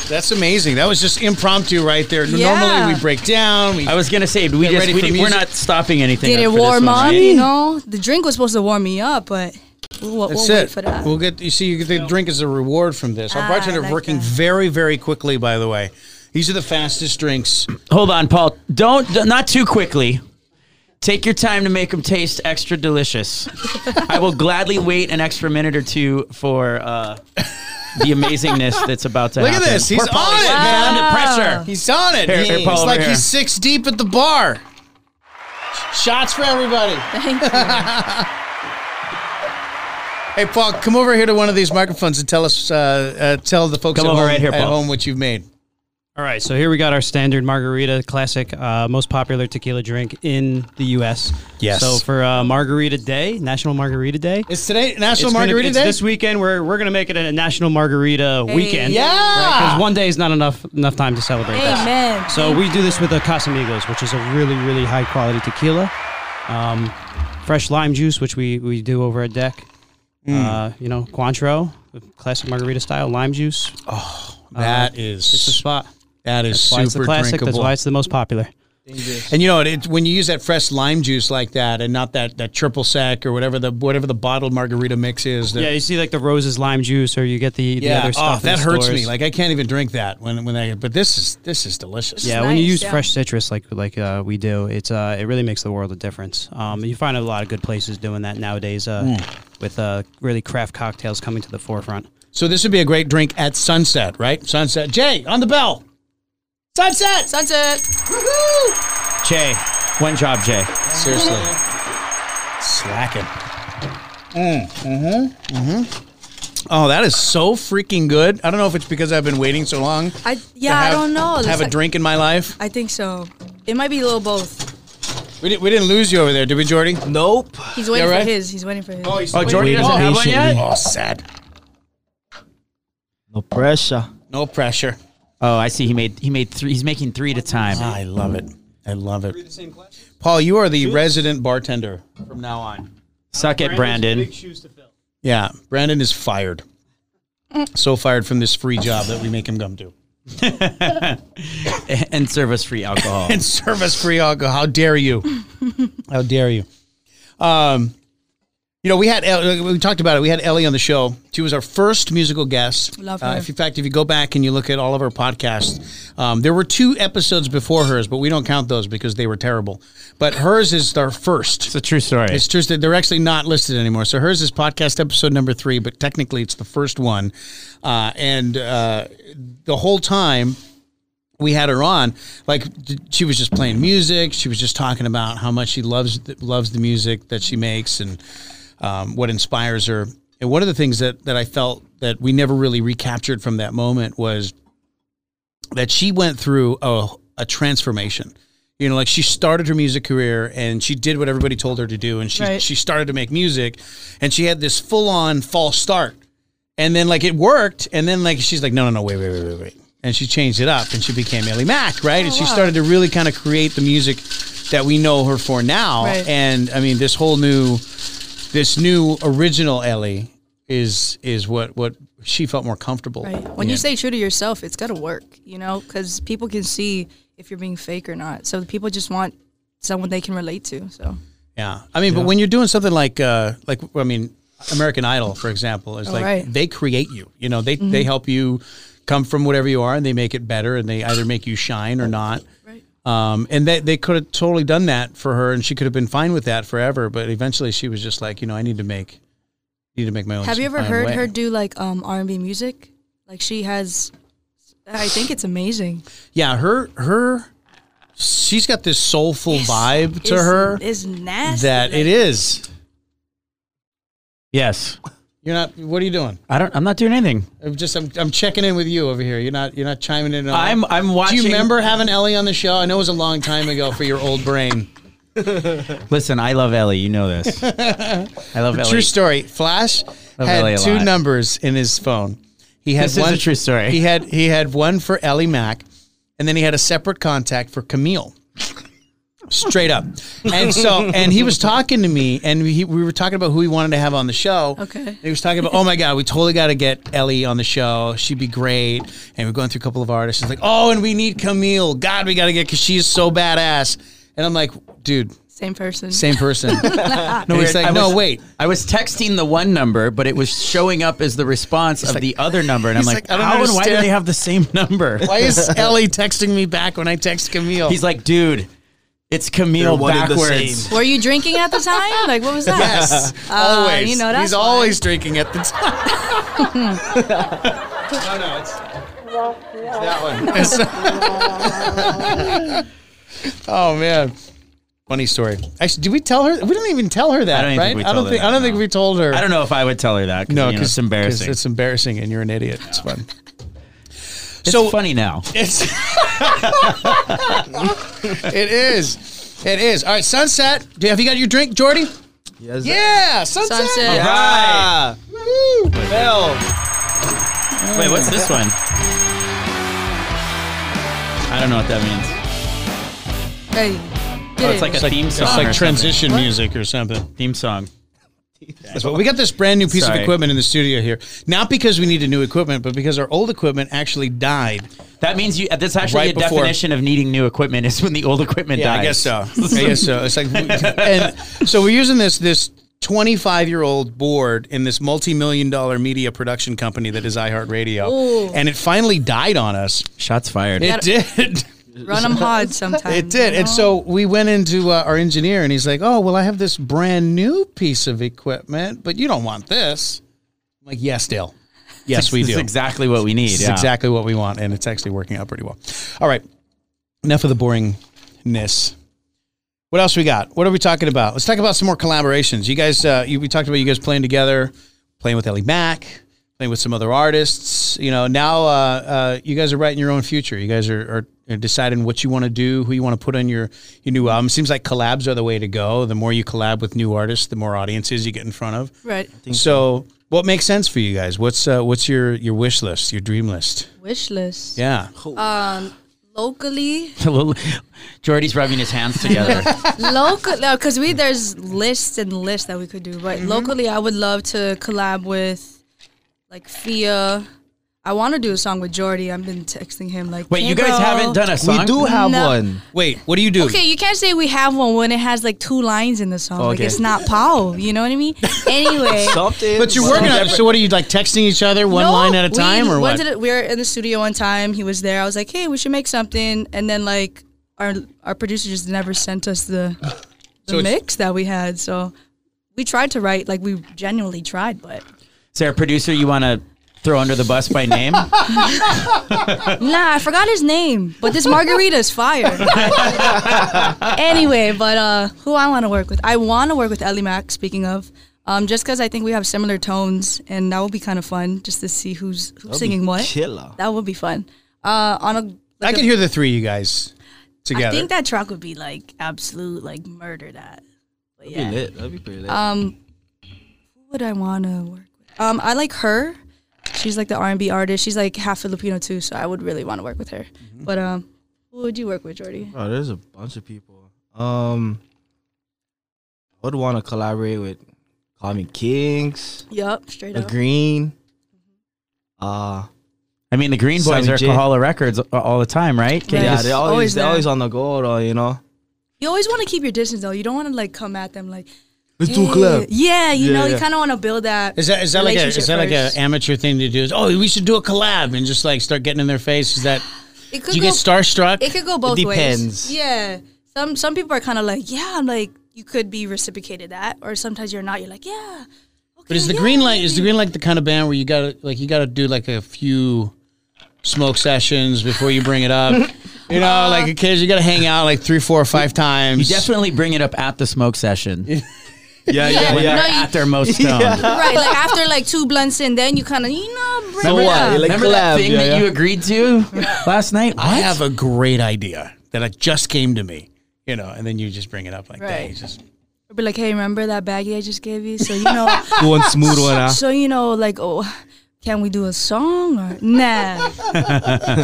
S1: That's amazing. That was just impromptu right there.
S3: Yeah.
S1: Normally we break down. We,
S2: I was gonna say we
S1: Get
S2: just
S1: ready
S2: we,
S1: for
S2: didn't- we're
S1: music.
S2: not stopping anything.
S3: Did
S2: up
S3: it
S2: for this
S3: warm
S2: one,
S3: up?
S2: right?
S3: You know, the drink was supposed to warm me up, but we'll, we'll
S1: that's
S3: wait
S1: it.
S3: for that.
S1: We'll get you see you get the drink as a reward from this. Our
S3: Ah, I
S1: bartender
S3: like
S1: working
S3: that.
S1: very very quickly. By the way, these are the fastest drinks.
S2: Hold on, Paul. Don't d- not too quickly. Take your time to make them taste extra delicious. I will gladly wait an extra minute or two for uh, the amazingness that's about to
S1: Look at
S2: happen.
S1: this. He's
S2: Poor Paul,
S1: on
S2: he's
S1: it, man.
S2: down to pressure.
S1: He's on it.
S2: Here, here,
S1: He-
S2: Paul,
S1: it's
S2: over
S1: like
S2: here.
S1: he's six deep at the bar. Shots for everybody.
S3: Thank you.
S1: Hey, Paul, come over here to one of these microphones and tell us, uh, uh, tell the folks
S2: Come
S1: at,
S2: over
S1: home,
S2: right here,
S1: at
S2: Paul.
S1: home what you've made.
S5: All right, so here we got our standard margarita, classic, uh, most popular tequila drink in the U.S.
S1: Yes.
S5: So for uh, Margarita Day, National Margarita Day.
S1: It's today National
S5: it's gonna-
S1: Margarita
S5: it's
S1: Day.
S5: This weekend, we're, we're going to make it a National Margarita weekend.
S1: Yeah.
S5: Because one day is not enough enough time to celebrate that.
S3: Amen.
S5: So we do this with a Casamigos, which is a really, really high quality tequila. Um, fresh lime juice, which we, we do over at deck.
S1: Hmm.
S5: Uh, you know, Cointreau, classic margarita style lime juice.
S1: that is
S5: Uh, It's the spot.
S1: that is
S5: Why it's the
S1: super
S5: classic. That's
S1: drinkable.
S5: why it's the most popular.
S1: and you know what? It, when you use that fresh lime juice like that, and not that, that triple sec or whatever the whatever the bottled margarita mix is. That,
S5: Yeah, you see like the roses lime juice, or you get the, the
S1: yeah.
S5: other
S1: oh,
S5: stuff. in
S1: that
S5: the
S1: hurts
S5: stores.
S1: me. Like I can't even drink that when when I. But this is this is delicious.
S5: yeah,
S3: It's
S5: when you
S3: nice,
S5: use
S3: yeah.
S5: fresh citrus like like uh, we do, it's uh, it really makes the world a difference. Um, you find a lot of good places doing that nowadays uh,
S1: Hmm.
S5: with uh, really craft cocktails coming to the forefront.
S1: So this would be a great drink at sunset, right? Sunset. Jay on the bell. Sunset.
S3: Sunset.
S2: Jay, one job, Jay.
S1: Seriously. Slacking. Mm, mm-hmm, Oh, that is so freaking good. I don't know if it's because I've been waiting so long.
S3: I
S1: to
S3: yeah, I
S1: have-
S3: don't know.
S1: Have
S3: It looks
S1: a
S3: like-
S1: drink in my life.
S3: I think so. It might be a little both.
S1: We, did, we didn't lose you over there, did we, Jordy?
S4: Nope.
S3: He's waiting
S1: Yeah, right?
S3: for his. He's waiting for his.
S2: Oh, Jordy doesn't have one yet.
S1: Oh, sad.
S4: No pressure.
S1: No pressure.
S2: Oh, I see. He made he made three. He's making three at a time.
S1: I love it. I love it. Paul, you are the resident bartender.
S2: From now on, suck it, Brandon.
S1: Yeah, Brandon is fired.
S3: Mm.
S1: So fired from this free job that we make him come to.
S2: and service free alcohol.
S1: and service free alcohol. How dare you? How dare you? Um, you know, we had El- uh, we talked about it. We had Ellie on the show. She was our first musical guest.
S3: Love
S1: Uh,
S3: her.
S1: if, in fact, if you go back and you look at all of our podcasts, um, there were two episodes before hers, but we don't count those because they were terrible. But hers is our first.
S2: it's a true story.
S1: It's true that they're actually not listed anymore. So hers is podcast episode number three, but technically it's the first one. Uh, and uh, the whole time we had her on, like d- she was just playing music. She was just talking about how much she loves th- loves the music that she makes and um, what inspires her. And one of the things that that I felt that we never really recaptured from that moment was that she went through a, a transformation. You know, like she started her music career and she did what everybody told her to do, and she
S3: Right.
S1: she started to make music, and she had this full on false start, and then like it worked, and then like she's like, no, no, no, wait, wait, wait, wait, wait, and she changed it up, and she became Ellie Mack, right? and she
S3: Oh, wow.
S1: started to really kind of create the music that we know her for now,
S3: Right.
S1: and I mean, this whole new, this new original Ellie is is what what she felt more comfortable.
S3: Right. When you
S1: in.
S3: stay true to yourself, it's got to work, you know, because people can see if you're being fake or not. So people just want someone they can relate to. So
S1: Yeah, I mean, but when you're doing something like uh, like I mean, American Idol, for example, is like
S3: Oh, right. Mm-hmm.
S1: they create you. You know, they they help you come from whatever you are, and they make it better, and they either make you shine or not.
S3: Right.
S1: Um, and they, they could have totally done that for her, and she could have been fine with that forever. But eventually, she was just like, you know, I need to make, need to make my own.
S3: have you ever
S1: my own
S3: heard
S1: way.
S3: her do like um, R&B music? Like she has, I think it's amazing.
S1: Yeah, her her she's got this soulful vibe to
S3: It's-
S1: her
S3: it's nasty.
S1: that it
S3: like-
S1: is.
S2: Yes.
S1: You're not. What are you doing?
S2: I don't. I'm not doing anything.
S1: I'm just. I'm, I'm checking in with you over here. You're not. You're not chiming in. At all.
S2: I'm. I'm watching.
S1: Do you remember having Ellie on the show? I know it was a long time ago for your old brain.
S2: Listen, I love Ellie. You know this. I love Ellie.
S1: True story. Flash
S2: Love Ellie
S1: had
S2: a
S1: two
S2: lot.
S1: numbers in his phone. He had
S2: This is
S1: one
S2: a true story.
S1: He had he had one for Ellie Mack, and then he had a separate contact for Camille. Straight up, and so and he was talking to me, and we, we were talking about who he wanted to have on the show.
S3: Okay.
S1: he was talking about, oh my god, we totally got to get Ellie on the show. She'd be great. And we're going through a couple of artists. He's like, oh, and we need Camille. God, we got to get because she's so badass. And I'm like, dude,
S3: Same person.
S1: same person. no, and
S2: weird.
S1: he's like,
S2: I
S1: no,
S2: was-
S1: wait,
S2: I was texting the one number, but it was showing up as the response of the other number, and I'm
S1: he's
S2: like,
S1: like, I don't
S2: how and why do
S1: understand."
S2: they have the same number?
S1: Why is Ellie texting me back when I text Camille?
S2: He's like, dude, it's Camille
S4: They're one and the
S2: backwards.
S4: same.
S3: Were you drinking at the time? Like, what was that?
S1: yes,
S3: Uh,
S1: always.
S3: You know, that's
S1: He's
S3: why.
S1: always drinking at the time. no, no, it's, it's that one. oh man, funny story. Actually, did we tell her? We didn't even tell her that,
S2: I don't even
S1: right?
S2: think we
S1: I don't
S2: told her
S1: think.
S2: that,
S1: I don't think
S2: no.
S1: we told her.
S2: I don't know if I would tell her that.
S1: No,
S2: you know, it's embarrassing.
S1: It's
S2: It's,
S1: embarrassing, and you're an idiot. It's fun. so
S2: funny now.
S1: It's it is. It is. All right, sunset. Do- Have you got your drink, Jordy?
S4: Yes.
S1: Yeah, sunset.
S3: Sunset.
S1: Yeah.
S4: Ah,
S1: Woo.
S4: Bell.
S2: Wait, what's this one? I don't know what that means.
S3: Hey, get
S2: Oh,
S3: it.
S2: it's like a theme song.
S1: It's
S2: or
S1: like
S2: something.
S1: transition music or something.
S2: theme song.
S1: That's what we got this brand new piece
S2: Sorry.
S1: of equipment in the studio here. Not because we needed new equipment, but because our old equipment actually died.
S2: That means you. That's actually
S1: Right
S2: a
S1: before-
S2: definition of needing new equipment is when the old equipment dies.
S1: I guess so. It's like, and so we're using this this 25 year old board in this multi million dollar media production company that is iHeartRadio,
S3: Ooh.
S1: and it finally died on us.
S2: Shots fired.
S1: It did.
S3: Run them hard sometimes.
S1: It did.
S3: you
S1: And
S3: know?
S1: so we went into uh, our engineer and he's like, Oh, well, I have this brand new piece of equipment, but you don't want this. I'm like, Yes, Dale. Yes, we
S2: This is
S1: do.
S2: exactly what we need.
S1: It's
S2: yeah.
S1: exactly what we want. And it's actually working out pretty well. All right. Enough of the boringness. What else we got? What are we talking about? Let's talk about some more collaborations. You guys, uh, you, we talked about you guys playing together, playing with Ellie Mack, playing with some other artists. You know, now uh, uh, you guys are writing your own future. You guys are, are, are deciding what you want to do, who you want to put on your, your new album. Seems like collabs are the way to go. The more you collab with new artists, the more audiences you get in front of.
S3: Right.
S1: So, what makes sense for you guys? What's uh, what's your your wish list, your dream list?
S3: Wish list.
S1: Yeah,
S3: Locally,
S2: Jordy's rubbing his hands together.
S3: local, because we there's lists and lists that we could do,
S4: Mm-hmm.
S3: but locally, I would love to collab with like Fia. I want to do a song with Jordy. I've been texting him like,
S2: Wait,
S3: "Hey,
S2: you guys
S3: bro."
S2: haven't done a song?
S4: We do have
S3: No.
S4: one.
S1: Wait, what do you do?
S3: Okay, you can't say we have one when it has like two lines in the song. Like
S4: Okay.
S3: it's not Paul. You know what I mean? Anyway,
S4: Something.
S1: But you're working on it. So what are you like texting each other one
S3: No,
S1: line at a time, or
S3: we, went
S1: what?
S3: to the- we were in the studio one time. He was there. I was like, "Hey, we should make something," and then like our our producer just never sent us the the
S1: So it's-
S3: mix that we had. So we tried to write, like we genuinely tried, but
S2: Is there a producer you want to throw under the bus by name?
S3: nah, I forgot his name. But this margarita is fire. anyway, but uh, who I want to work with? I want to work with Ellie Mack. Speaking of. Um, just because I think we have similar tones, and that will be kind of fun, just to see who's who's singing what.
S4: Killer.
S3: That would be fun. Uh, on a
S1: I
S3: like a-
S1: could hear the three of you guys together.
S3: I think that track would be like absolute, like murder that. But
S4: That'd be
S3: yeah,
S4: lit. That'd be pretty lit.
S3: Um, who would I want to work with? Um, I like her. She's like the R and B artist. She's like half Filipino too, so I would really want to work with her. But um, who would you work with, Jordy?
S4: Bro, there's a bunch of people. Um, I would want to collaborate with Call Me Kings,
S3: Yup, straight
S4: The
S3: up.
S4: Green. Uh,
S2: I mean, the Green Boys
S4: Sammy
S2: are
S4: J.
S2: Kahala Records a- all the time, right? Can you
S4: yeah,
S2: just-
S4: they always,
S3: always
S4: they're
S3: there.
S4: always on the go, though, you know?
S3: You always want to keep your distance though. You don't want to like come at them like.
S4: Let's do a
S3: "Hey."
S4: collab.
S3: Yeah, you
S4: Yeah,
S3: know, you
S4: yeah.
S3: kind of want to build that.
S1: is that is that like a is that like an
S3: relationship
S1: amateur thing to do? Is, oh, we should do a collab and just like start getting in their face. Is that
S3: first. It
S1: do
S3: could
S1: you
S3: go
S1: get starstruck?
S3: It could go both
S4: depends.
S3: ways. Yeah. Some some people are kind of like, yeah, I'm like you could be reciprocated that, or sometimes you're not. You're like, yeah. Okay,
S1: but is the
S3: yeah,
S1: green light is the
S3: maybe."
S1: green light the kind of band where you gotta like you gotta do like a few smoke sessions before you bring it up? You know,
S3: Uh,
S1: like a kid, you got to hang out like three, four, or five times.
S2: You definitely bring it up at the smoke session
S4: Yeah,
S3: Yeah,
S2: when
S4: yeah,
S3: no,
S4: yeah.
S2: they're
S3: you-
S2: at their most stoned.
S3: right, like after like two blunts in, then you kind of you know bring
S4: So
S3: it
S4: what?
S3: up.
S4: Like-
S2: Remember that
S4: collab,
S2: thing
S4: yeah,
S2: that
S4: yeah.
S2: you agreed to last night?
S1: I have a great idea that I just came to me, you know, and then you just bring it up like that.
S3: Right.
S1: You just,
S3: Or be like, hey, remember that baggie I just gave you? So you know,
S4: Who wants smooth one? ah?
S3: so you know, like oh. Can we do a song or nah?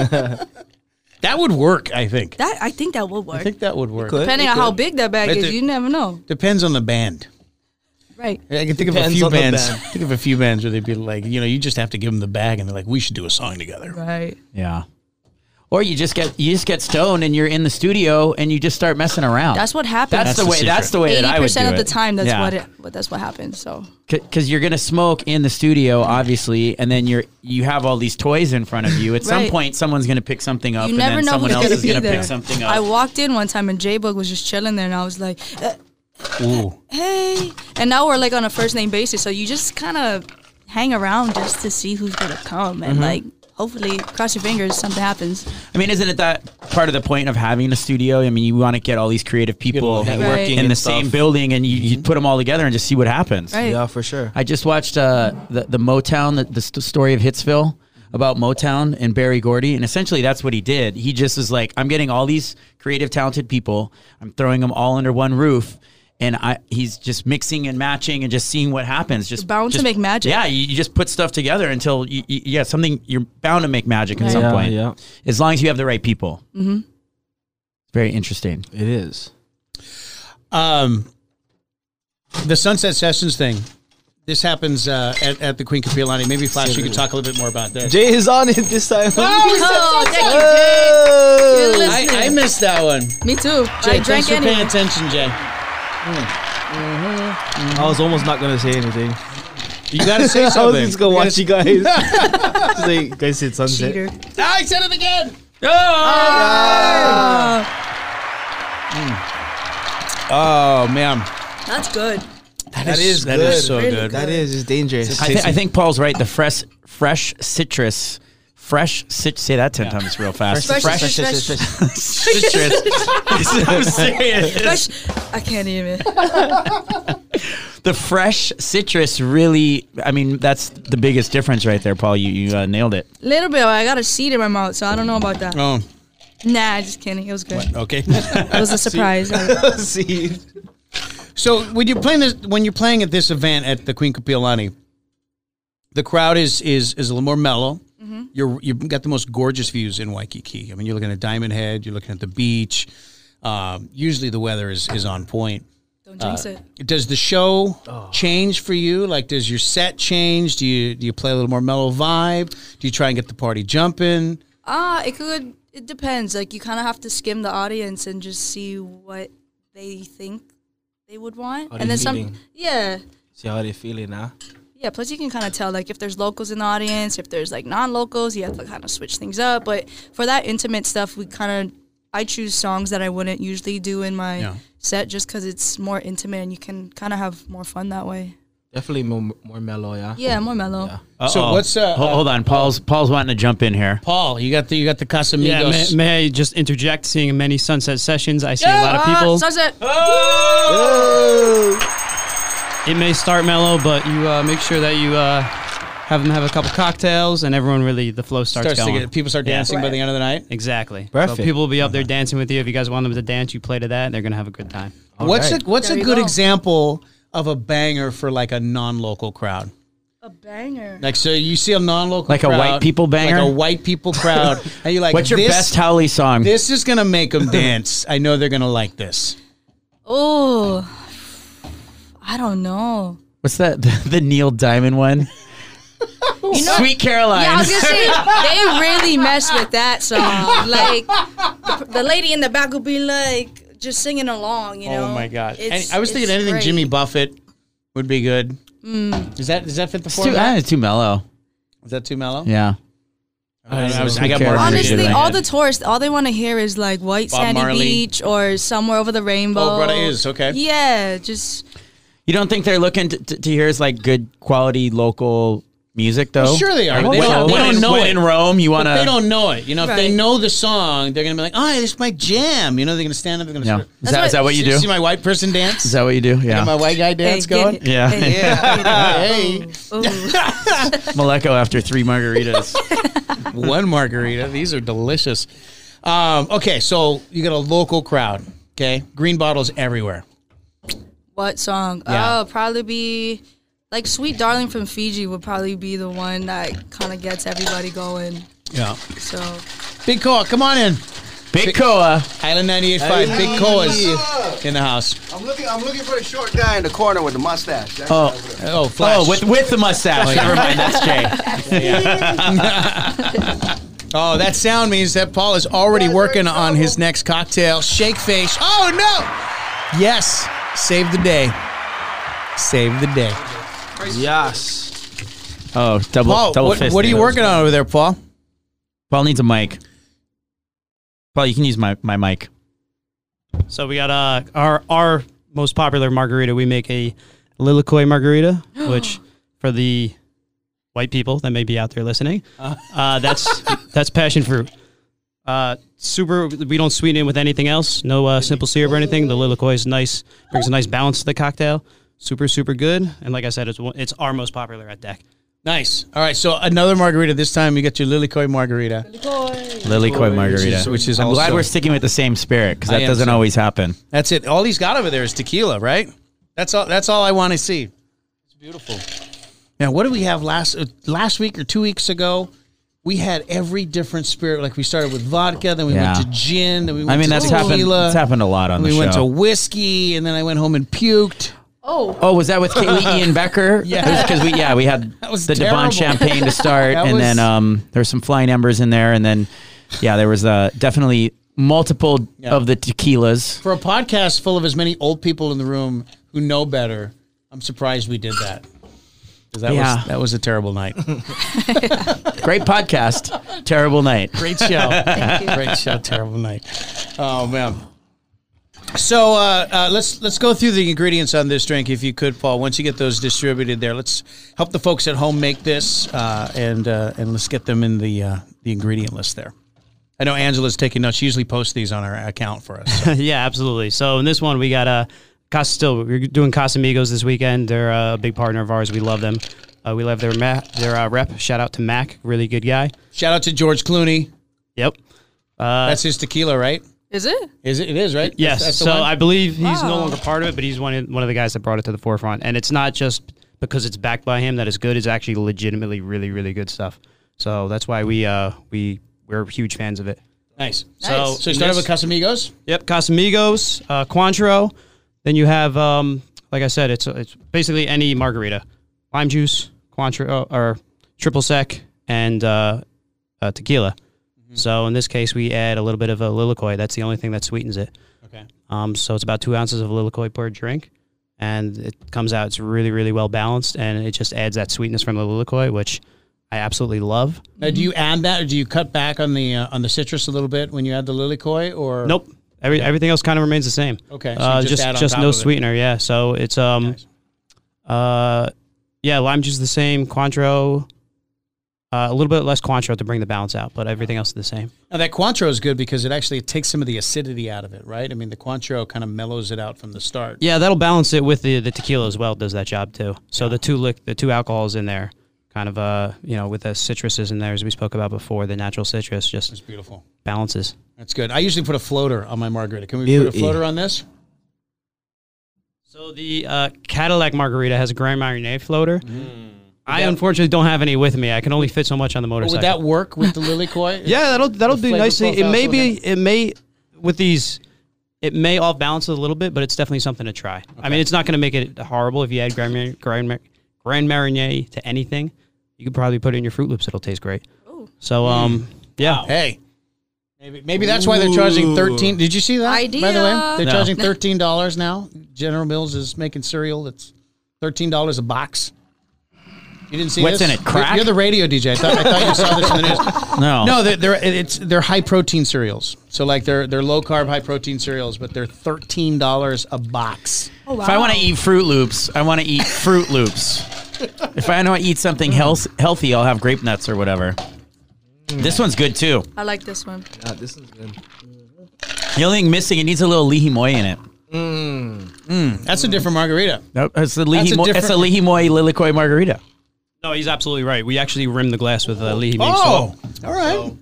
S1: that would work, I think.
S3: That I think that will work.
S1: I think that would work.
S4: could.
S3: Depending on how big that bag
S1: Right
S3: is,
S1: there.
S3: you never know.
S1: Depends on the band.
S3: Right.
S1: I can think of a
S4: Depends
S1: few
S4: on the
S1: bands.
S4: band.
S1: Think of a few bands where they'd be like, you know, you just have to give them the bag, and they're like, we should do a song together.
S3: Right.
S2: Yeah. Or you just get you just get stoned and you're in the studio and you just start messing around.
S3: That's what happens.
S2: that's, the, way. That's the way that I would
S3: Eighty
S2: do
S3: percent of the
S2: it.
S3: time, that's
S2: Yeah.
S3: what it. But that's what happens. So
S2: because you're gonna smoke in the studio, obviously, and then you're you have all these toys in front of you. At some
S3: Right.
S2: point, someone's gonna pick something up,
S3: you
S2: and
S3: never
S2: then
S3: know
S2: someone
S3: who's
S2: else
S3: gonna
S2: is
S3: be
S2: gonna
S3: there.
S2: pick something up.
S3: I walked in one time and J Bug was just chilling there, and I was like, uh,
S1: Ooh,
S3: "Hey!" And now we're like on a first name basis, so you just kind of hang around just to see who's gonna come,
S2: Mm-hmm.
S3: and like hopefully, cross your fingers, something happens.
S2: I mean, isn't it that part of the point of having a studio? I mean, you want to get all these creative people
S4: Networking
S3: Right.
S2: in
S4: and
S2: the
S4: stuff.
S2: same building, and you, you put them all together and just see what happens.
S3: Right.
S4: Yeah, for sure.
S2: I just watched uh, the the Motown, the, the st- story of Hitsville about Motown and Barry Gordy, and essentially that's what he did. He just was like, I'm getting all these creative, talented people, I'm throwing them all under one roof, and I he's just mixing and matching and just seeing what happens. Just
S3: bound to
S2: just-
S3: make magic.
S2: Yeah, you, you just put stuff together until you, you yeah something you're bound to make magic at
S3: Right.
S2: some
S4: Yeah,
S2: point.
S4: yeah.
S2: as long as you have the right people. Mm-hmm. Very interesting.
S4: It is.
S1: um, the Sunset Sessions thing. This happens uh, at, at the Queen Capilani. Maybe Flash, you could talk a little bit more about that.
S4: Jay is on it this time.
S3: Oh, thank you.
S4: Hey!
S3: You're
S1: I, I
S3: listening.
S1: missed that one.
S3: Me too.
S1: Jay,
S3: I drank
S1: thanks for paying
S3: anyway.
S1: attention, Jay.
S4: I was almost not gonna say anything.
S1: You got to say
S4: I was
S1: something.
S4: just gonna watch you guys. just like, guys, it's sunset.
S3: Cheater.
S1: Ah, I said it again. Oh man,
S3: That's good.
S1: that is that is so
S3: Really
S1: good.
S4: That is, it's dangerous.
S2: I, thi- I think Paul's right. The fresh, fresh citrus, fresh cit- Say that ten times real fast.
S3: Fresh
S2: Fresh
S3: citrus.
S2: citrus. I'm serious.
S3: Fresh. I can't even.
S2: The fresh citrus really. I mean, that's the biggest difference right there, Paul. You you uh, nailed it.
S3: Little bit. I got a seed in my mouth, so I don't know about that.
S1: Oh,
S3: Nah, just kidding. It was good.
S1: okay.
S3: It was a surprise.
S4: See,
S1: So when you're playing this, when you're playing at this event at the Queen Kapiolani, the crowd is is is a little more mellow. You're you've got the most gorgeous views in Waikiki. I mean, you're looking at Diamond Head. You're looking at the beach. Um, usually, the weather is is on point.
S3: don't jinx
S2: Uh,
S3: it.
S1: Does the show change for you? Like, does your set change? Do you do you play a little more mellow vibe? Do you try and get the party jumping?
S3: Ah, it could. It depends. Like you kind of have to skim the audience and just see what they think they would want,
S4: How
S3: and
S4: they
S3: then some.
S4: feeling.
S3: Yeah,
S4: see how they feeling now.
S3: yeah. Plus, you can kind of tell like if there's locals in the audience, if there's like non-locals, you have to kind of switch things up. But for that intimate stuff, we kind of I choose songs that I wouldn't usually do in my
S1: Yeah.
S3: set just because it's more intimate and you can kind of have more fun that way.
S4: Definitely more, more mellow, yeah.
S3: Yeah, more mellow.
S1: So what's uh,
S2: Ho- hold on, Paul's Paul's wanting to jump in here.
S1: Paul? You got the you got the Casamigos.
S5: Yeah, may, may I just interject? Seeing many sunset sessions, I see a lot of
S3: Ah,
S5: people.
S3: sunset.
S5: it may start mellow, but you uh, make sure that you uh, have them have a couple cocktails, and everyone really the flow starts,
S1: starts to
S5: going.
S1: get, people start dancing by the end of the night.
S5: Exactly. So
S4: Perfect.
S5: people will be up there dancing with you. If you guys want them to dance, you play to that, and they're gonna have a good time.
S1: what's
S4: right.
S1: a, what's
S3: There
S1: a
S3: you
S1: good
S3: go.
S1: example of a banger for like a non-local crowd?
S3: A banger.
S1: Like so, you see a non-local
S2: Like a
S1: crowd,
S2: white people banger?
S1: like a white people crowd, and you're like,
S2: What's your
S1: this,
S2: best Howley song?
S1: This is gonna make them dance. I know they're gonna like this.
S3: Oh, I don't know.
S2: What's that? The, Neil Diamond one. Sweet Caroline.
S3: Yeah, I was gonna say they really mess with that song. Like the, the lady in the back will be like just singing along. You know.
S1: oh my god!
S3: It's-
S1: And I was thinking
S3: it's
S1: anything
S3: great. Mm.
S1: Jimmy Buffett would be good. Does that does that fit the
S2: it's too, ah,
S1: format?
S2: it's too mellow.
S1: Is that too mellow?
S2: Yeah.
S1: I, don't know. I was,
S2: Who
S1: I got
S2: cares?
S1: more
S3: Honestly,
S2: Yeah.
S3: all the tourists, all they want to hear is like White
S1: Bob
S3: Sandy
S1: Marley.
S3: Beach or somewhere over the rainbow.
S1: Oh, brother, is, okay.
S3: Yeah, just
S2: You don't think they're looking to, to, to hear is like good quality local music though?
S1: Sure they are.
S2: Like,
S1: They
S2: when,
S1: don't-
S6: they
S2: when
S6: don't
S2: in,
S6: know
S2: when
S6: it.
S2: in Rome, you
S6: But
S2: want
S6: they
S2: to.
S6: don't know it. You know, if
S3: Right.
S6: they know the song, they're gonna be like, "Oh, this is my jam." You know, they're gonna stand up. They're gonna.
S2: Yeah.
S6: start-
S2: Is that, is that what you do?
S1: See my white person
S2: Is
S1: dance?
S2: that what you do?
S1: Get my
S2: Yeah.
S1: white guy dance going?
S2: Yeah.
S1: Yeah. Hey.
S3: Ooh.
S2: Maleko after three margaritas.
S1: one margarita. These are delicious. Um, okay, so you got a local crowd. Okay, green bottles everywhere.
S3: What song?
S1: Yeah.
S3: Oh, probably be like "Sweet Darling" from Fiji would probably be the one that kind of gets everybody going.
S1: Yeah.
S3: So
S1: Big Koa, come on in.
S2: Big Koa.
S1: Island 98.5, Big Koa's in the house.
S7: I'm looking. I'm looking for the short guy in the corner with the mustache. That's
S2: Oh.
S7: over there.
S1: Oh, Flash.
S2: Oh, with with the mustache. Never mind. That's Jay.
S1: Oh, that sound means that Paul is already working on his next cocktail. Shake face. Oh, no. Yes. Save the day. Save the day.
S4: Yes.
S2: Oh, double
S1: Paul,
S2: double
S1: what,
S2: fist.
S1: what are you
S2: David.
S1: working on over there, Paul?
S2: Paul needs a mic. Paul, you can use my, my mic.
S5: So we got uh, our our most popular margarita. We make a lilikoi margarita, which for the white people that may be out there listening, uh, that's that's passion fruit. Uh, super. We don't sweeten it with anything else. No uh, simple syrup or anything. The lilikoi is nice. Brings a nice balance to the cocktail. Super super good. And like I said, it's one- it's our most popular at deck.
S1: Nice. All right, so another margarita. This time you got your Lily Koi margarita.
S2: Lily Koi margarita.
S1: is- which is
S2: I'm glad
S1: also-
S2: we're sticking with the same spirit because
S1: I
S2: that
S1: am
S2: doesn't
S1: too.
S2: always happen.
S1: That's it. All he's got over there is tequila, right? That's all. That's all I want to see. It's beautiful. Now, what did we have last uh, last week or two weeks ago? We had every different spirit. Like we started with vodka, then we
S2: Yeah.
S1: went to gin, then we went
S2: I mean,
S1: to
S2: that's happened.
S1: tequila.
S2: That's happened a lot on
S1: We
S2: the show.
S1: went to whiskey, and then I went home and puked.
S2: oh, was that with Kaylee Ian Becker?
S1: Yeah.
S2: because we yeah we had
S1: was
S2: the Devon
S1: terrible.
S2: Champagne to start,
S1: That
S2: and
S1: was-
S2: then um there were some flying embers in there, and then yeah there was uh, definitely multiple of the tequilas.
S1: For a podcast full of as many old people in the room who know better, I'm surprised we did that. 'Cause That
S2: Yeah.
S1: was that was a terrible night.
S2: Great podcast, terrible night.
S1: Great show.
S3: thank you.
S1: Great show, terrible night. Oh man. So uh, uh, let's let's go through the ingredients on this drink, if you could, Paul. Once you get those distributed there, let's help the folks at home make this, uh, and uh, and let's get them in the uh, the ingredient list there. I know Angela's taking notes. She usually posts these on our account for us. so.
S5: yeah, absolutely. So in this one, we got a uh, Casa still. We're doing Casamigos this weekend. They're uh, a big partner of ours. We love them. Uh, we love their ma- their uh, rep. Shout out to Mac, really good guy.
S1: Shout out to George Clooney.
S5: Yep.
S3: Uh,
S1: That's his tequila, right?
S3: Is it?
S1: Is it? It is right.
S5: Yes.
S1: That's- that's the
S5: so
S1: one?
S5: I believe he's no
S3: Wow.
S5: longer part of it, but he's one of, one of the guys that brought it to the forefront. And it's not just because it's backed by him that it's good. It's actually legitimately really really good stuff. So that's why we uh we we're huge fans of it.
S1: nice.
S5: So
S1: So you started with Casamigos.
S5: Yep, Casamigos, uh, Cointreau. Then you have, um, like I said, it's it's basically any margarita, lime juice, Cointreau uh, or triple sec, and uh, uh, tequila. So in this case, we add a little bit of a lilikoi. That's the only thing that sweetens it.
S1: Okay.
S5: Um, so it's about two ounces of lilikoi per drink, and it comes out. It's really, really well balanced, and it just adds that sweetness from the lilikoi, which I absolutely love.
S1: Now, do you add that, or do you cut back on the uh, on the citrus a little bit when you add the lily koi? Or
S5: Nope. Every, Everything else kind of remains the same.
S1: Okay, so you
S5: Uh,
S1: just
S5: just
S1: add on
S5: just
S1: top
S5: no
S1: of it.
S5: sweetener. Yeah. So it's um, uh, yeah, lime juice is the same. Cointreau, uh, a little bit less Cointreau to bring the balance out, but everything else is the same.
S1: Now that Cointreau is good because it actually takes some of the acidity out of it, right? I mean, the Cointreau kind of mellows it out from the start.
S5: Yeah, that'll balance it with the the tequila as well. Does that job too. So the two lick the two alcohols in there, kind of uh, you know, with the citruses in there as we spoke about before, the natural citrus
S1: It's
S5: just
S1: beautiful.
S5: balances.
S1: That's good. I usually put a floater on my margarita. Can we put a
S4: Beauty.
S1: floater on this?
S5: So the uh, Cadillac Margarita has a Grand Marnier floater. I unfortunately don't have any with me. I can only fit so much on the
S1: Or
S5: motorcycle.
S1: Mm. would that work with the lily koi?
S5: Yeah, that'll that'll
S1: The
S5: do
S1: flavor
S5: nicely. It
S1: profile's
S5: may be
S1: looking-
S5: it may with these it may off balance it a little bit, but it's definitely something to try. I mean, it's not going to make it horrible if you add Grand Mar- Grand, Mar- Grand Marnier to anything. You could probably put it in your Fruit Loops; it'll taste great. So,
S1: Mm.
S5: um, yeah,
S1: Hey. Maybe, maybe that's why they're charging thirteen. Did you see that? By the way,
S3: Idea.
S1: they're
S2: No.
S1: charging thirteen dollars now. General Mills is making cereal that's thirteen dollars a box. You didn't see
S2: What's
S1: this?
S2: in it, crack?
S1: You're the radio DJ. I thought, I thought you saw this in the news.
S2: No,
S1: No, they're, they're it's they're high protein cereals. So like they're they're low carb high protein cereals, but they're thirteen dollars a box.
S3: Oh wow.
S2: If I want to eat Fruit Loops, I want to eat Fruit Loops. If I don't eat something health, healthy, I'll have grape nuts or whatever. This one's good too.
S3: I like this one.
S4: Yeah, this is good.
S2: The only thing missing, it needs a little lihi moi in it.
S1: That's a different margarita.
S2: Nope, it's the
S1: That's
S2: lihi
S1: a
S2: moi. It's a
S1: different-
S2: lihi moi lilikoi margarita.
S5: No, he's absolutely right. We actually rimmed the glass with uh, Lee.
S1: Oh, all right.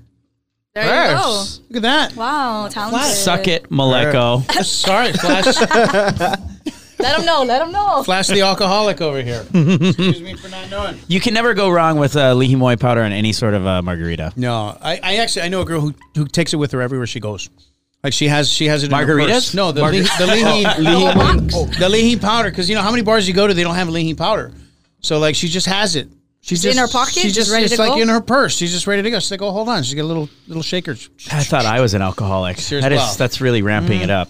S3: There you go.
S1: Yes. Look at that.
S3: Wow, talented.
S2: Suck it, Maleko.
S1: Sorry, flash,
S3: Let him know. Let him know.
S1: flash the alcoholic over here. Excuse me for not knowing.
S2: You can never go wrong with uh, lihi moi powder on any sort of uh, margarita.
S1: No, I, I actually I know a girl who, who takes it with her everywhere she goes. Like she has she has it in her
S2: Margaritas?
S1: purse. No, the
S2: Margar-
S1: li-
S3: Oh.
S1: the lihi, Oh, the lihi powder because you know how many bars you go to they don't have lihi powder, so like she just has it. She's
S3: it in
S1: just,
S3: her pocket?
S1: She's
S3: Just ready
S1: it's
S3: to
S1: like
S3: go?
S1: in her purse. She's just ready to go. She's like, oh, hold on. She's got little little shakers.
S2: I thought I was an alcoholic.
S1: Serious
S2: That is,
S1: well.
S2: that's really ramping it up.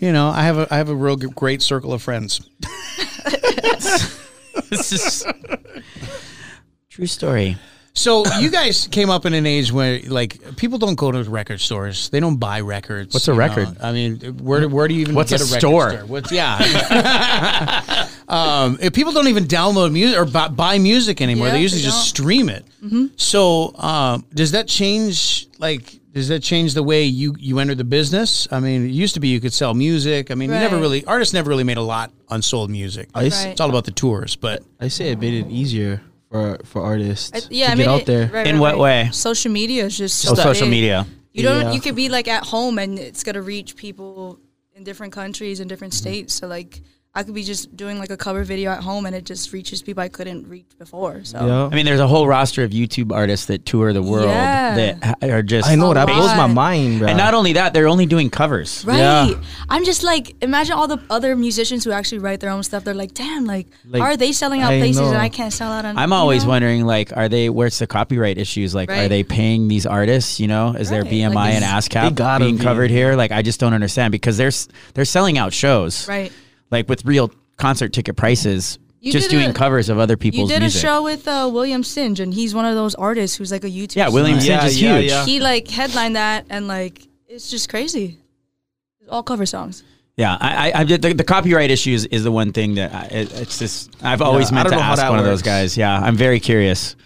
S1: You know, I have a I have a real g- great circle of friends.
S2: this is true story.
S1: So you guys came up in an age where like people don't go to record stores. They don't buy records.
S2: What's a
S1: you
S2: record?
S1: know? I mean, where do- where do you even
S2: What's
S1: get
S2: a
S1: a, record
S2: store?
S1: What's yeah. um, if people don't even download music or bu- buy music anymore.
S3: Yeah,
S1: they usually
S3: they
S1: just
S3: don't. Mm-hmm.
S1: stream it. So um, does that change like does that change the way you you enter the business? I mean, it used to be you could sell music. I mean, you never
S3: Right.
S1: really artists never really made a lot on sold music.
S4: I, s-
S3: Right.
S1: It's all about the tours, but
S4: I say it made it easier for for artists
S3: I- yeah,
S4: to
S3: I
S4: get
S3: mean,
S4: out
S3: it-
S4: there.
S3: right,
S2: In
S3: right,
S2: what
S3: right.
S2: way?
S3: Social media is just so
S2: Oh, social
S3: big.
S2: media.
S3: You don't.
S4: Yeah.
S3: You could be like at home, and it's gonna reach people in different countries and different states. So like, I could be just doing like a cover video at home, and it just reaches people I couldn't reach before. So
S4: Yeah.
S2: I mean, there's a whole roster of YouTube artists that tour the world
S3: Yeah.
S2: that ha- are just.
S4: I know that
S3: God.
S4: blows my mind, bro.
S2: And not only that, they're only doing covers.
S3: Right.
S4: Yeah.
S3: I'm just like, imagine all the other musicians who actually write their own stuff. They're like, damn, like,
S4: Like,
S3: are they selling out
S4: I
S3: places and
S4: know.
S3: I can't sell out on
S2: I'm
S3: you
S2: always
S3: know?
S2: wondering, like, are they? Where's the copyright issues? Like, are
S3: Right.
S2: they paying these artists? You know, is their
S3: Right.
S2: BMI
S3: Like,
S2: and
S3: is-
S4: They
S2: ASCAP
S4: gotta
S2: being
S4: be.
S2: covered here? Like, I just don't understand because they're s- they're selling out shows,
S3: Right.
S2: Like with real concert ticket prices,
S3: You
S2: just
S3: did a-
S2: doing covers of other
S3: You
S2: people's
S3: did
S2: music.
S3: a show with uh, William Singe, and he's one of those artists who's like a YouTube.
S2: yeah, William
S4: Yeah,
S2: Singe is
S4: yeah,
S2: huge.
S4: yeah.
S3: He like headlined that, and like, it's just crazy. It's all cover songs.
S2: Yeah, I, I, I the, the copyright issues is the one thing that I, it, it's just I've always
S4: I
S2: meant
S4: don't
S2: to
S4: know how
S2: ask
S4: that
S2: one of those
S4: works.
S2: guys. Yeah, I'm very curious.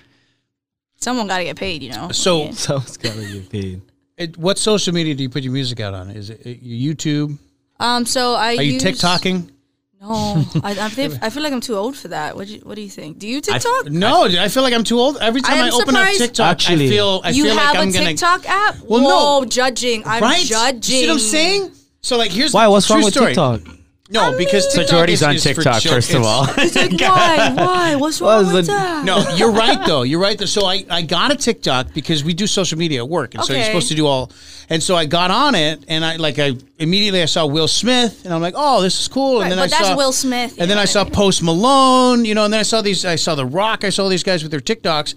S3: Someone got to get paid, you know?
S1: so.
S4: so it's gotta get paid.
S1: It, what social media do you put your music out on? Is it, it your YouTube?
S3: Um, so I.
S1: Are you
S3: use-
S1: TikToking?
S3: No, I, I, think, I feel like I'm too old for that. What do you, what do you think? Do you TikTok?
S1: No, dude, I feel like I'm too old. Every time
S3: am
S1: I open
S3: surprised-
S1: up TikTok, I
S4: Actually-
S1: feel I
S3: you
S1: feel
S3: have
S1: like I'm
S3: a
S1: gonna
S3: TikTok app?
S1: Well, no.
S3: Whoa, judging. I'm
S1: right.
S3: judging.
S1: You see what I'm saying? So like, here's
S4: Why?
S1: The
S4: What's
S1: true
S4: wrong with
S1: story.
S4: TikTok?
S1: No, because
S2: So
S1: TikTok
S2: Jordy's
S1: is,
S2: on
S1: is for
S2: TikTok
S1: children.
S2: first of
S1: It's-
S2: all.
S3: It's like, why? Why? What's wrong
S4: Well,
S3: with
S4: the-
S3: that?
S1: No, you're right though. You're right. Though. So I, I got a TikTok because we do social media at work, and so you're
S3: Okay.
S1: supposed to do all. And so I got on it, and I like I immediately I saw Will Smith, and I'm like, oh, this is cool.
S3: Right,
S1: and then
S3: but
S1: I
S3: that's
S1: saw
S3: Will Smith, you
S1: and then
S3: know
S1: I
S3: what
S1: saw
S3: I mean?
S1: Post Malone, you know, and then I saw these, I saw The Rock, I saw these guys with their TikToks,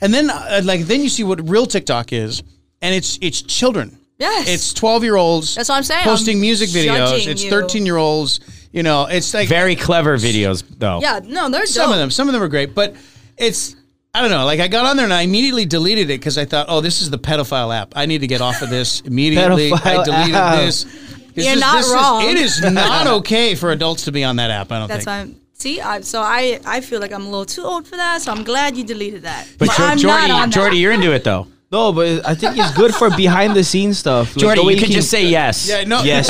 S1: and then uh, like then you see what real TikTok is, and it's it's children.
S3: Yes.
S1: it's twelve year olds.
S3: That's what I'm saying.
S1: Posting
S3: I'm
S1: music videos.
S3: judging
S1: It's
S3: you.
S1: thirteen year olds. You know, it's like
S2: Very clever videos though.
S3: Yeah, no, they're
S1: some
S3: dope.
S1: of them some of them were great but it's i don't know like i got on there and i immediately deleted it because i thought oh this is the pedophile app i need to get off of this immediately i
S4: Pedophile
S1: deleted
S4: app.
S1: this 'Cause
S3: You're
S1: this-
S3: not
S1: this is-
S3: wrong.
S1: it is not okay for adults to be on that app i don't
S3: That's
S1: think
S3: why I'm. See, I, so I I feel like I'm a little too old for that. So I'm glad you deleted that.
S2: but Jo-
S3: I'm
S2: Jordy,
S3: not on that.
S2: Jordy, you're into it though.
S4: No, but it- I think it's good for behind the scenes stuff. Like,
S2: Jordy,
S4: the way
S2: you can just say yes.
S1: yeah no
S4: yes.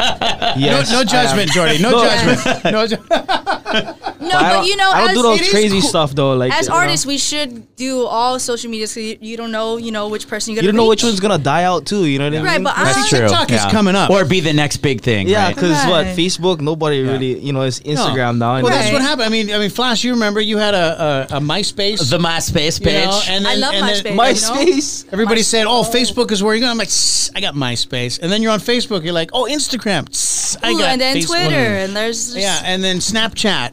S4: yes.
S1: no
S4: I
S1: judgment
S4: am.
S1: jordy no
S4: No.
S1: judgment no ju-
S3: No,
S4: I
S3: but
S4: don't-
S3: you know,
S4: I don't
S3: as
S4: do
S3: it
S4: those
S3: is
S4: crazy
S3: cool-
S4: stuff though. Like
S3: As
S4: you know.
S3: artists, we should do all social media. So you, you don't know, you know, which person you're
S4: you
S3: gonna.
S4: don't know
S3: reach.
S4: which one's gonna die out too. You know what I mean?
S3: Right, but
S2: That's
S3: I,
S2: true.
S1: TikTok is coming up.
S2: or be the next big thing.
S4: yeah,
S2: right?
S4: because what
S3: Right.
S4: Facebook, nobody really, you know, it's Instagram now.
S1: well
S4: and
S1: that's
S3: Right.
S1: what happened i mean i mean flash you remember you had a a, a myspace
S2: the MySpace
S1: you
S2: page.
S1: know, and
S3: I
S1: then,
S3: love
S1: and then-
S3: MySpace.
S4: MySpace.
S1: Everybody
S3: My-
S1: said, "Oh, Facebook is where you're going." I'm like, "Sss, "I got MySpace," and then you're on Facebook. You're like, "Oh, Instagram." Sss, I
S3: Ooh,
S1: got
S3: and then
S1: Facebook."
S3: Twitter, and there's just,
S1: Yeah, and then Snapchat.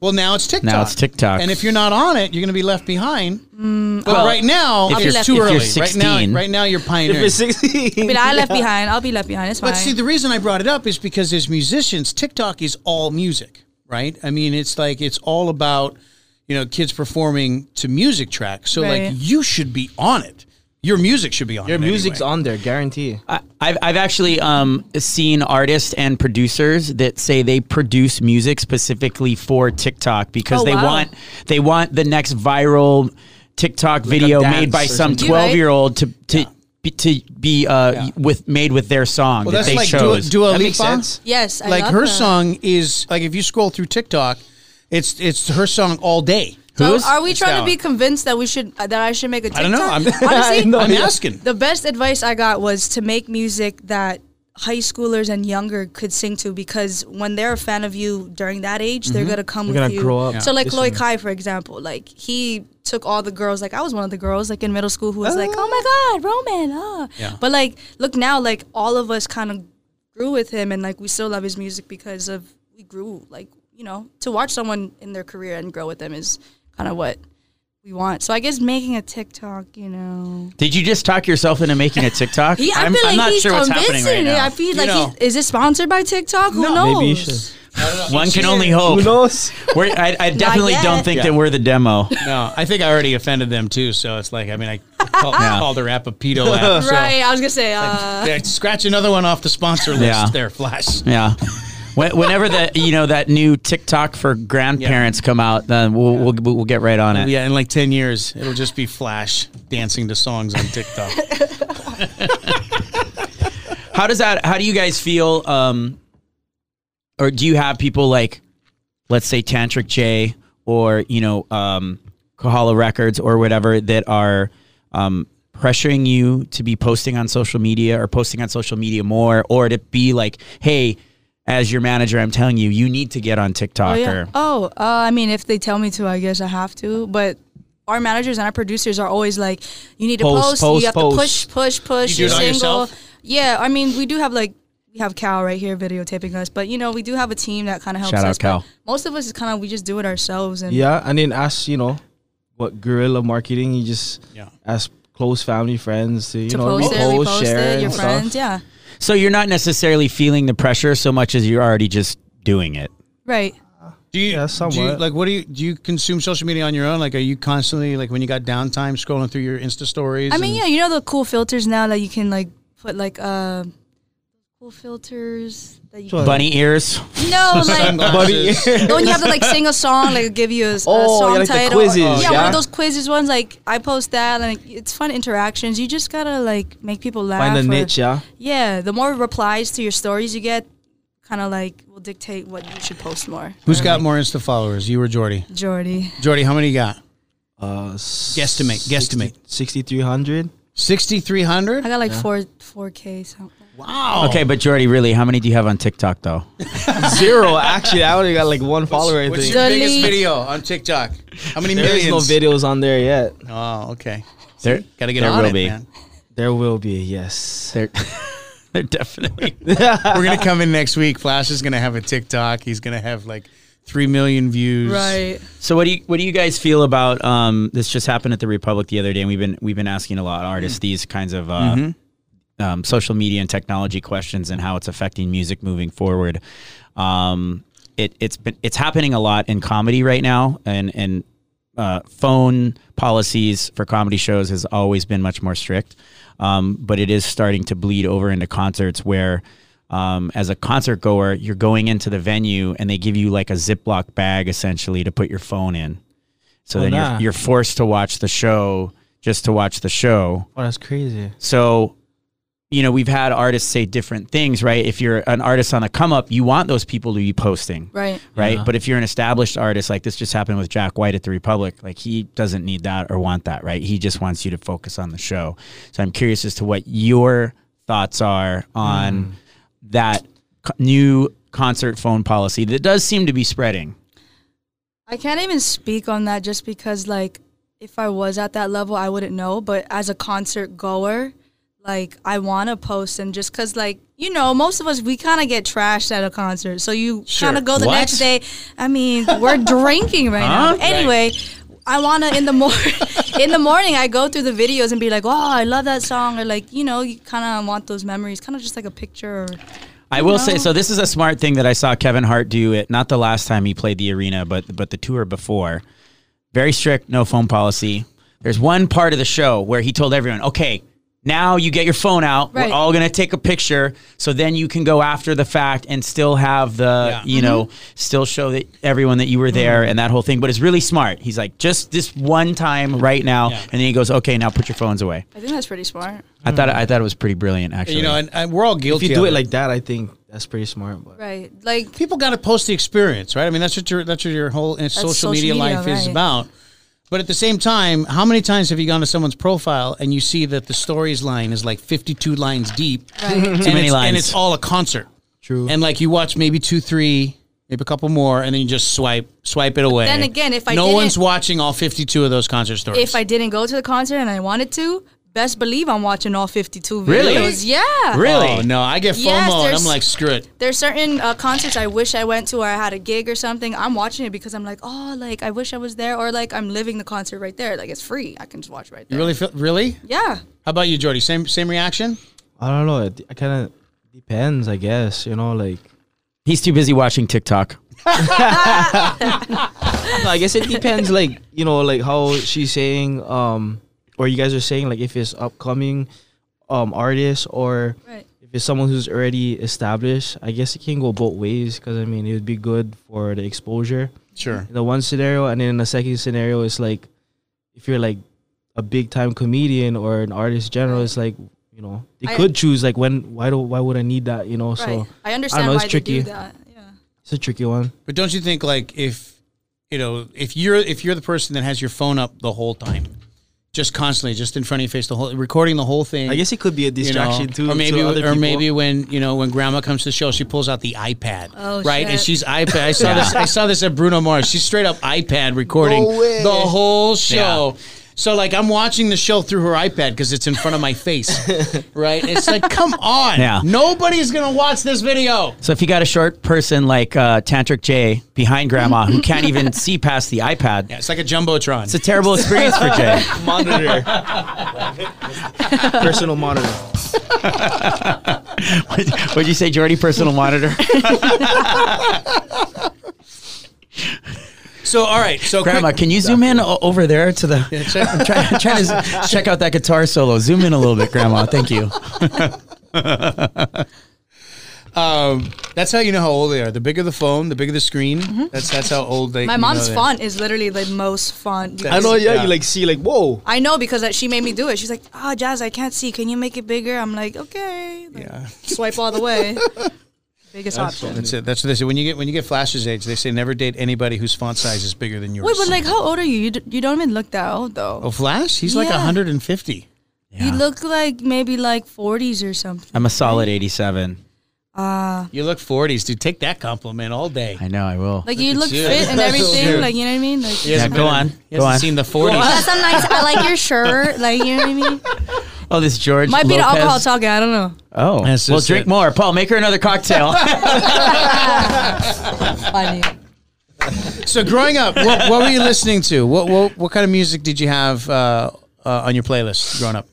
S1: Well, now it's TikTok.
S2: Now it's TikTok.
S1: And if you're not on it, you're going to be left behind.
S3: Mm,
S1: but
S2: Well,
S1: right now,
S2: if
S1: it's
S2: you're-
S1: too
S2: if you're
S1: early. right now,
S2: 16.
S1: right now you're
S4: If
S1: pioneering.
S4: it's 16.
S3: I mean, I left behind. I'll be left behind. It's fine.
S1: But see, the reason I brought it up is because as musicians, TikTok is all music, right? I mean, it's like it's all about you know kids performing to music tracks. So
S3: Right.
S1: like you should be on it. Your music should be on
S4: Your
S1: it.
S4: music's
S1: anyway.
S4: on there, guarantee.
S2: I, I've, I've actually um, seen artists and producers that say they produce music specifically for TikTok because
S3: Oh,
S2: they
S3: wow.
S2: want they want the next viral TikTok video
S4: dance
S2: made by
S4: or
S2: some
S3: something. You right?
S2: twelve year old to to be, to be uh, with made with their song that
S1: that's
S2: they
S1: like Dua,
S2: chose.
S1: Dua
S4: That makes
S1: Lipa.
S4: sense.
S3: Yes, I
S1: like
S3: love
S1: her
S3: that.
S1: song is like if you scroll through TikTok, it's it's her song all day.
S3: So
S2: Who's-
S3: are we
S1: It's
S3: trying
S1: down.
S3: to be convinced that we should that I should make a TikTok?
S1: I don't know. I'm,
S3: Honestly,
S1: I'm asking.
S3: the best advice I got was to make music that high schoolers and younger could sing to because when they're a fan of you during that age, they're gonna come with
S4: Mm-hmm. gonna
S3: you.
S4: grow up
S3: So like
S4: this
S3: Chloe
S4: way.
S3: Kai, for example, like he took all the girls. Like I was one of the girls, like in middle school, who was like, "Oh my God, Roman!" ah." But like, look now, like all of us kind of grew with him, and like we still love his music because of we grew. Like you know, to watch someone in their career and grow with them is kind of what we want. So I guess making a TikTok, you know.
S2: Did you just talk yourself into making a TikTok?
S3: He, I
S2: I'm,
S3: feel like
S2: I'm not
S3: he's
S2: sure what's
S3: convincing.
S2: happening right
S3: it.
S2: now.
S3: I feel like
S1: know.
S3: he, is it sponsored by TikTok? Who knows?
S4: Maybe you should.
S2: One can only
S3: Oh.
S2: hope.
S4: knows?
S2: We're, I, I definitely
S3: yet.
S2: don't think
S1: Yeah.
S2: that we're the demo.
S1: No, I think I already offended them too. So it's like I mean I called, called her app a pedo app. So.
S3: Right. I was gonna say. Uh,
S1: Yeah, scratch another one off the sponsor list
S2: Yeah.
S1: there, Flash.
S2: Yeah. When- Whenever that you know that new TikTok for grandparents come out, then we'll, we'll we'll get right on it.
S1: Yeah, in like 10 years, it'll just be Flash dancing to songs on TikTok.
S2: How does that? How do you guys feel? Um, or do you have people like, let's say Tantric J or you know um, Kohala Records or whatever that are um, pressuring you to be posting on social media or posting on social media more, or to be like, hey, as your manager, I'm telling you, you need to get on TikTok.
S3: oh, yeah.
S2: Or,
S3: oh uh, I mean, if they tell me to, I guess I have to. But our managers and our producers are always like, "You need to
S4: Post,
S3: post.
S4: post,
S3: you have
S4: post.
S3: to push, push, push.
S1: You do it
S3: are
S1: all
S3: single."
S1: yourself?
S3: Yeah. I mean, we do have like we have Cal right here videotaping us, but you know, we do have a team that kind of helps
S2: Shout out
S3: us. but
S2: Cal.
S3: Most of us is kind of we just do it ourselves and
S4: Yeah, and then ask you know what guerrilla marketing. You just
S1: Yeah.
S4: ask close family friends to you
S3: to
S4: know
S3: post it,
S4: repost,
S3: repost
S4: share
S3: it,
S4: and
S3: your
S4: stuff.
S3: friends. Yeah.
S2: so you're not necessarily feeling the pressure so much as you're already just doing it.
S3: Right.
S1: Do you,
S4: Yeah,
S1: do you
S4: somewhat.
S1: like what do you do you consume social media on your own? Like are you constantly like when you got downtime scrolling through your Insta stories?
S3: I mean,
S1: and-
S3: yeah, you know the cool filters now that you can like put like uh cool filters that you can,
S2: Bunny ears.
S3: no like
S1: Sunglasses.
S3: don't you have to like sing a song like give you a, a
S4: Oh,
S3: song
S4: yeah, like the
S3: title
S4: quizzes,
S3: yeah, one
S4: yeah.
S3: of those quizzes ones like I post that and like, it's fun interactions you just gotta like make people laugh
S4: Find a
S3: or-
S4: niche, yeah.
S3: yeah the more replies to your stories you get kind of like will dictate what you should post more
S1: Who's got more Insta followers? You or Jordy?
S3: Jordy
S1: Jordy, how many you got?
S4: Uh,
S1: Guesstimate, guesstimate.
S4: Sixty three hundred.
S1: 6300?
S3: I got like four four k something
S5: Oh.
S1: Wow.
S2: Okay, but Jordy, really, how many do you have on TikTok though?
S4: Zero. Actually, I only got like one follower. I
S1: What's
S4: think.
S1: your
S3: Delete.
S1: biggest video on TikTok? How many
S4: There is
S1: millions?
S4: no videos on there yet.
S1: Oh, okay.
S2: There,
S1: Got to get
S2: there
S1: on
S2: will
S1: it,
S2: be.
S1: man.
S4: There will be. Yes.
S2: There, there definitely.
S1: We're going to come in next week. Flash is going to have a TikTok. He's going to have like 3 million views.
S2: So, what do you what do you guys feel about um, this? Just happened at the Republic the other day, and we've been we've been asking a lot of artists these kinds of uh, um, social media and technology questions and how it's affecting music moving forward. Um, it it's been it's happening a lot in comedy right now, and and uh, phone policies for comedy shows has always been much more strict, um, but it is starting to bleed over into concerts where. Um, as a concert goer, you're going into the venue and they give you like a Ziploc bag essentially to put your phone in. So then
S4: nah.
S2: you're, you're forced to watch the show just to watch the show.
S4: Oh, that's crazy.
S2: So, you know, we've had artists say different things, right? If you're an artist on the come up, you want those people to be posting,
S3: right
S2: right? But if you're an established artist, like this just happened with Jack White at the Republic, like he doesn't need that or want that, right? He just wants you to focus on the show. So I'm curious as to what your thoughts are on that co- new concert phone policy that does seem to be spreading.
S3: I can't even speak on that just because, like, if I was at that level, I wouldn't know. But as a concert goer, like, I want to post, and just because, like, you know, most of us we kind of get trashed at a concert, so you kind of go the
S2: What?
S3: next day. I mean, we're drinking right now. Anyway. I wanna in the morning. in the morning, I go through the videos and be like, "Oh, I love that song," or like, you know, you kind of want those memories, kind of just like a picture. Or,
S2: I will say so. This is a smart thing that I saw Kevin Hart do it. Not the last time he played the arena, but but the tour before. Very strict, no phone policy. There's one part of the show where he told everyone, "Okay, Now you get your phone out.
S3: Right.
S2: We're all gonna take a picture, so then you can go after the fact and still have the
S5: Yeah.
S2: you know still show that everyone that you were there and that whole thing. But it's really smart. He's like, just this one time right now,
S5: Yeah.
S2: and then he goes, okay, now put your phones away.
S3: I think that's pretty smart.
S2: I thought I thought it was pretty brilliant actually.
S1: You know, and, and we're all
S4: If
S1: guilty.
S4: you do
S1: of
S4: it like that, I think that's pretty smart. But
S3: Right. Like
S1: people got to post the experience, right? I mean, that's what your that's what your whole uh, social,
S3: social
S1: media,
S3: media,
S1: life is
S3: right.
S1: about. But at the same time, how many times have you gone to someone's profile and you see that the stories line is like fifty-two lines deep, and,
S2: many
S1: it's,
S2: lines.
S1: and it's all a concert.
S4: True.
S1: And like you watch maybe two, three, maybe a couple more, and then you just swipe, swipe it away.
S3: then again, if I
S1: no
S3: didn't-
S1: one's watching all fifty-two of those concert stories,
S3: if I didn't go to the concert and I wanted to, best believe I'm watching all 52 videos.
S2: Really?
S3: Yeah.
S2: Really?
S1: oh no, I get FOMO,
S3: Yes,
S1: and I'm
S3: there's-
S1: like, screw it.
S3: There's certain uh, concerts I wish I went to or I had a gig or something. I'm watching it because I'm like, oh, like I wish I was there or like I'm living the concert right there. Like it's free. I can just watch right
S1: You
S3: there.
S1: really feel really?
S3: Yeah.
S1: How about you, Jordy? Same same reaction?
S4: I don't know. It, it kind of depends, I guess. You know, like
S2: He's too busy watching TikTok.
S4: No, I guess it depends, like you know, like how she's saying, um, or you guys are saying, like if it's upcoming, um, artists or
S3: Right.
S4: if it's someone who's already established. I guess it can go both ways because I mean it would be good for the exposure.
S1: Sure.
S4: The one scenario, and then in the second scenario, it's like if you're like a big time comedian or an artist in general, it's like you know they
S3: I-
S4: could choose like when why do why would I need that you know
S3: Right.
S4: so
S3: I understand
S4: know,
S3: why
S4: it's
S3: they
S4: tricky.
S3: do that. Yeah.
S4: it's a tricky one.
S1: But don't you think like if you know if you're if you're the person that has your phone up the whole time, just constantly, just in front of your face, the whole recording the whole thing.
S4: I guess it could be a
S1: you know,
S4: distraction too,
S1: or maybe
S4: to other
S1: or
S4: people.
S1: maybe when you know when grandma comes to the show, she pulls out the iPad,
S3: Oh,
S1: right? And
S3: shit.
S1: she's iPad. I saw this. I saw this at Bruno Mars. She's straight up iPad recording
S7: No way.
S1: the whole show. So like I'm watching the show through her iPad because it's in front of my face, right? It's like, come on,
S2: Yeah.
S1: nobody's gonna watch this video.
S2: So if you got a short person like uh, Tantric Jay behind Grandma who can't even see past the iPad,
S1: Yeah, it's like a jumbotron.
S2: it's a terrible experience for Jay.
S4: monitor. Personal monitor.
S2: Would you say, Jordy? Personal monitor.
S1: so all right, so quick-
S2: Grandma, can you zoom in o- over there to the? I'm trying, I'm trying to s- check out that guitar solo. Zoom in a little bit, Grandma. Thank you.
S1: Um, that's how you know how old they are. The bigger the phone, the bigger the screen. That's that's how old they.
S3: Mm-hmm. My
S1: you know
S3: mom's
S1: they-
S3: font is literally the most font.
S4: I know, yeah,
S1: Yeah.
S4: You like see, like, whoa.
S3: I know because like, she made me do it. She's like, "Ah, Jazz, I can't see. Can you make it bigger?" I'm like, "Okay." Like, Swipe all the way. Biggest option.
S1: That's it. That's what they say. When you get when you get Flash's age, they say never date anybody whose font size is bigger than yours.
S3: Wait, but like, how old are you? You, d- you don't even look that old
S1: oh,
S3: though.
S1: Flash, he's like
S3: Yeah.
S1: 150.
S3: You
S2: Yeah.
S3: look like maybe like 40s or something.
S2: I'm a solid 87.
S3: Uh,
S1: You look 40s, dude. Take that compliment all day.
S2: I know. I will.
S3: like you look
S1: you.
S3: fit and
S1: Dude.
S3: everything. Like you know what I mean? Like,
S1: He
S2: Yeah,
S1: hasn't
S2: go
S1: been-
S2: on.
S1: He
S2: Go
S1: hasn't
S2: on.
S1: seen the 40s.
S3: that's nice. I like your shirt. Like you know what I mean?
S2: Oh, this George.
S3: Might be the
S2: Lopez.
S3: alcohol talking. I don't know.
S2: Oh,
S1: That's
S2: well,
S1: just
S2: drink
S1: it.
S2: more, Paul. Make her another cocktail.
S3: Funny.
S1: So growing up, what, what were you listening to? What, what what kind of music did you have uh, uh, on your playlist growing up?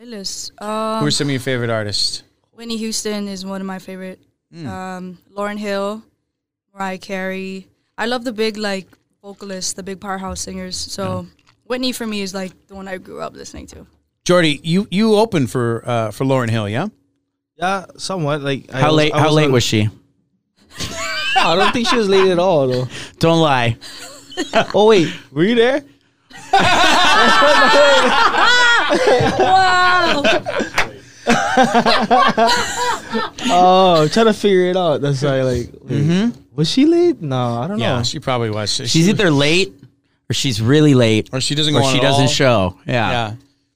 S3: Playlist.
S1: Who
S3: Um,
S1: were some of your favorite artists?
S3: Whitney Houston is one of my favorite. Um, Lauren Hill, Mariah Carey. I love the big like vocalists, the big powerhouse singers. So Whitney for me is like the one I grew up listening to.
S1: Jordy, you you opened for uh, for Lauren Hill, yeah?
S4: Yeah, somewhat. Like, I
S2: how late?
S4: I
S2: How late
S4: on-
S2: was she?
S4: I don't think she was late at all, though.
S2: Don't lie.
S4: Oh wait, were you there?
S3: Wow.
S4: Oh, I'm trying to figure it out. That's why, like, wait, was she late? No, I don't
S1: Yeah,
S4: know.
S1: Oh, she probably was. She-
S2: She's either late or she's really late
S1: or she doesn't go
S2: or
S1: on
S2: she
S1: at
S2: doesn't
S1: all.
S2: show. Yeah.
S1: Yeah.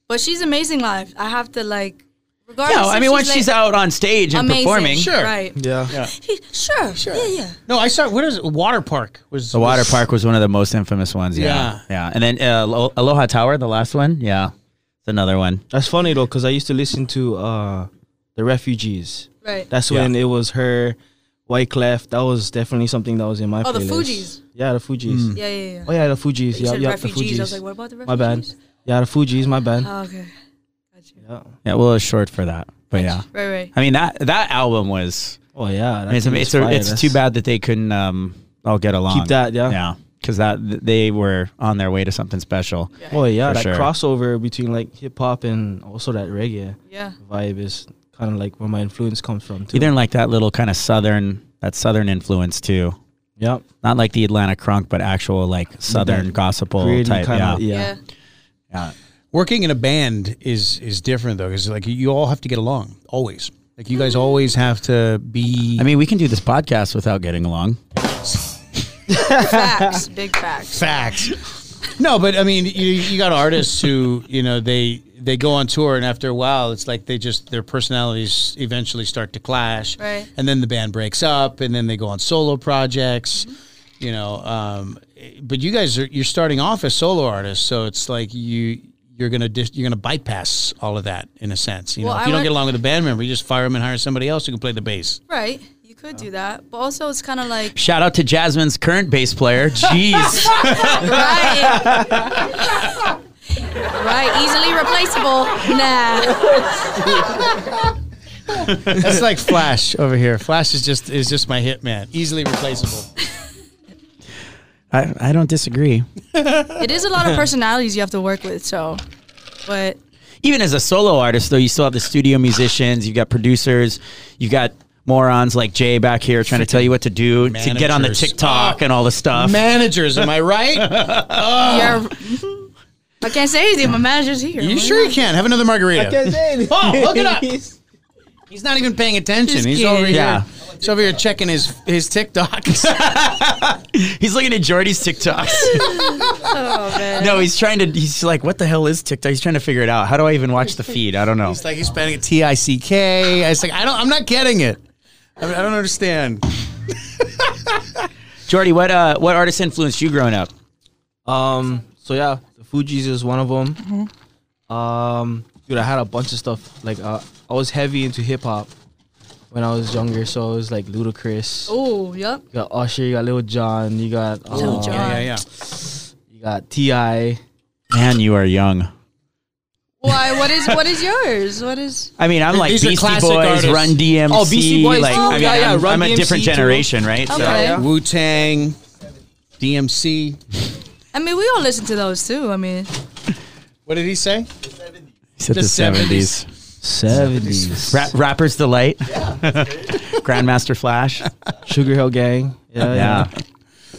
S3: but she's amazing live. I have to like regardless.
S2: No, I
S3: if
S2: mean, once
S3: like,
S2: she's out on stage and
S3: amazing.
S2: performing,
S1: Sure.
S3: Right.
S4: Yeah.
S3: He- sure. Sure. Yeah, yeah.
S1: No, I saw. What is it? Water Park was
S2: the water park was one of the most infamous ones. Yeah. Yeah. And then uh, Alo- Aloha Tower, the last one. Yeah. It's another one.
S4: That's funny though, cause I used to listen to uh, the refugees.
S3: Right.
S4: That's when it was her, Wyclef. That was definitely something that was in my.
S3: Oh, the
S4: playlist.
S3: Fugees.
S4: Yeah, the Fugees.
S2: Mm.
S3: yeah, yeah, yeah.
S4: Oh yeah, the Fugees.
S3: You
S4: Yeah,
S3: said
S4: yeah, the
S3: refugees.
S4: Fugees.
S3: I was like, what about the
S4: my
S3: refugees?
S4: bad. Yeah, the Fugees. My bad.
S3: Oh, okay. Got you.
S4: yeah.
S2: Yeah. Well, it's short for that. But yeah.
S3: Right, right.
S2: I mean, that that album was.
S4: Oh yeah.
S2: I mean, it's,
S4: that thing
S2: it's,
S4: is
S2: a,
S4: fire.
S2: it's
S4: That's-
S2: too bad that they couldn't um, all get along.
S4: Keep that, yeah.
S2: Yeah. because that th- they were on their way to something special.
S4: Oh yeah,
S2: For
S4: that
S2: sure.
S4: crossover between like hip hop and also that reggae
S3: Yeah.
S4: vibe is kind of like where my influence comes from too.
S2: Even like that little kind of southern that southern influence too.
S4: Yep.
S2: Not like the Atlanta crunk, but actual like southern gospel
S4: Gritty
S2: type.
S4: kinda-
S2: yeah.
S3: Yeah.
S2: yeah.
S1: Working in a band is is different though, because like you all have to get along always. Like you guys always have to be.
S2: I mean, we can do this podcast without getting along.
S3: Facts. Big facts.
S1: facts. No, but I mean, you, you got artists who you know they they go on tour, and after a while, it's like they just their personalities eventually start to clash,
S3: Right.
S1: And then the band breaks up, and then they go on solo projects,
S3: Mm-hmm.
S1: you know. Um, but you guys are you're starting off as solo artists, so it's like you you're gonna dis- you're gonna bypass all of that in a sense. You
S3: Well,
S1: know, if
S3: I
S1: you don't
S3: went-
S1: get along with a band member, you just fire them and hire somebody else who can play the bass.
S3: Right. You could do that. But also, it's kind of like.
S2: Shout out to Jasmine's current bass player. Jeez.
S3: right. right. Easily replaceable. Nah.
S1: That's like Flash over here. Flash is just is just my hitman, easily replaceable.
S2: I, I don't disagree.
S3: It is a lot of personalities you have to work with. So, but
S2: even as a solo artist though you still have the studio musicians you've got producers you've got morons like jay back here trying to tell you what to do to get on the
S1: Managers.
S2: tiktok and all the stuff
S1: Managers, am I right?
S2: Oh.
S3: yeah. I can't say anything. My manager's here.
S1: you sure you can? Have another margarita. Oh, look it up. He's not even paying attention.
S3: Just
S1: He's
S3: kidding.
S1: over here.
S2: Yeah.
S1: He's over here checking his his TikTok.
S2: he's looking at jordy's tiktoks
S3: Oh, man.
S2: no he's trying to he's like what the hell is tiktok he's trying to figure it out how do i even watch the feed i don't know
S1: it's like he's spelling it T I C K. I was like, I don't. I'm not getting it. I, mean, I don't understand.
S2: jordy what uh what artist influenced you growing up
S4: Um. So yeah, the Fuji's is one of them.
S3: Mm-hmm.
S4: Um, dude, I had a bunch of stuff. Like, uh, I was heavy into hip hop when I was younger. So it was like Ludacris.
S3: Oh, yep.
S4: You got Usher. You got Lil Jon. You got
S3: Lil
S4: um,
S3: Jon.
S1: Yeah, yeah.
S4: You got Ti.
S2: man you are young
S3: Why? What is what is yours? What is?
S2: I mean, I'm like
S1: These are
S2: Beastie Boys,
S1: classic artists.
S2: Run DMC.
S4: Oh, Beastie Boys,
S2: Like,
S4: too?
S2: I mean,
S4: Yeah, yeah,
S2: I'm,
S4: Run
S2: I'm a
S4: DMC
S2: different
S4: too.
S2: generation, right? So-
S3: Okay.
S4: yeah.
S1: Wu Tang, DMC.
S3: I mean, we all listen to those too. I mean,
S1: What did he say?
S2: He's at
S1: The
S2: the 70s.
S4: Seventies.
S2: Ra- Rapper's Delight. Grandmaster Flash. Oh,
S4: Sugar Hill Gang. Yeah, yeah.
S2: Yeah.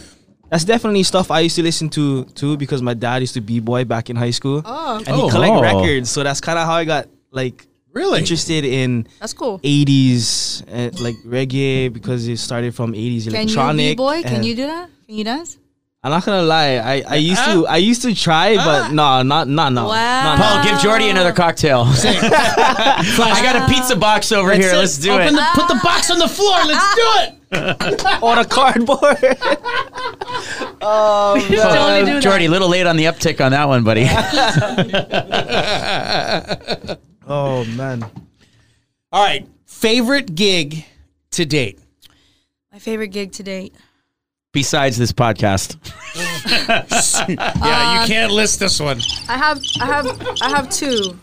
S4: That's definitely stuff I used to listen to too because my dad used to b boy back in high school.
S3: oh,
S4: And
S2: Oh.
S4: he collect
S2: Oh.
S4: records, so that's kind of how I got like
S1: Really?
S4: interested in
S3: that's cool.
S4: 80s and eh, like reggae because it started from 80s
S3: Can you
S4: electronic.
S3: be boy? Can
S4: and-
S3: you do that? Can you dance?
S4: I'm not gonna lie. I, I used to I used to try, but no, not not no.
S3: Ah. Wow.
S2: Paul, give Jordy another cocktail. I got a pizza box over here.
S1: it.
S2: Let's do
S1: Open
S2: it.
S1: the- put the box on the floor. Let's do it.
S4: on a cardboard.
S3: Totally do that.
S2: Jordy, a little late on the uptick on that one, buddy.
S4: oh man.
S1: All right. Favorite gig to date.
S3: My favorite gig to date.
S2: Besides this podcast, Uh,
S1: Yeah, you can't list this one.
S3: I have, I have, I have two.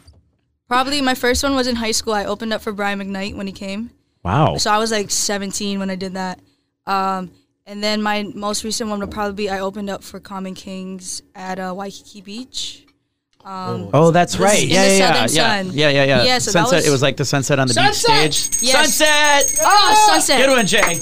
S3: Probably my first one was in high school. I opened up for Brian McKnight when he came.
S2: wow.
S3: So I was like 17 when I did that. Um, and then my most recent one would probably be I opened up for Common Kings at uh, Waikiki Beach.
S2: Oh, that's right.
S3: in
S2: Yeah, yeah,
S3: the Southern
S2: yeah, yeah,
S3: sun.
S2: yeah, yeah, yeah.
S3: Yeah, so that
S2: sunset.
S3: was-
S2: it was like the sunset on the
S1: Sunset!
S2: beach stage.
S3: Yes.
S2: Sunset. Ah!
S3: Oh, sunset.
S2: Good one, Jay.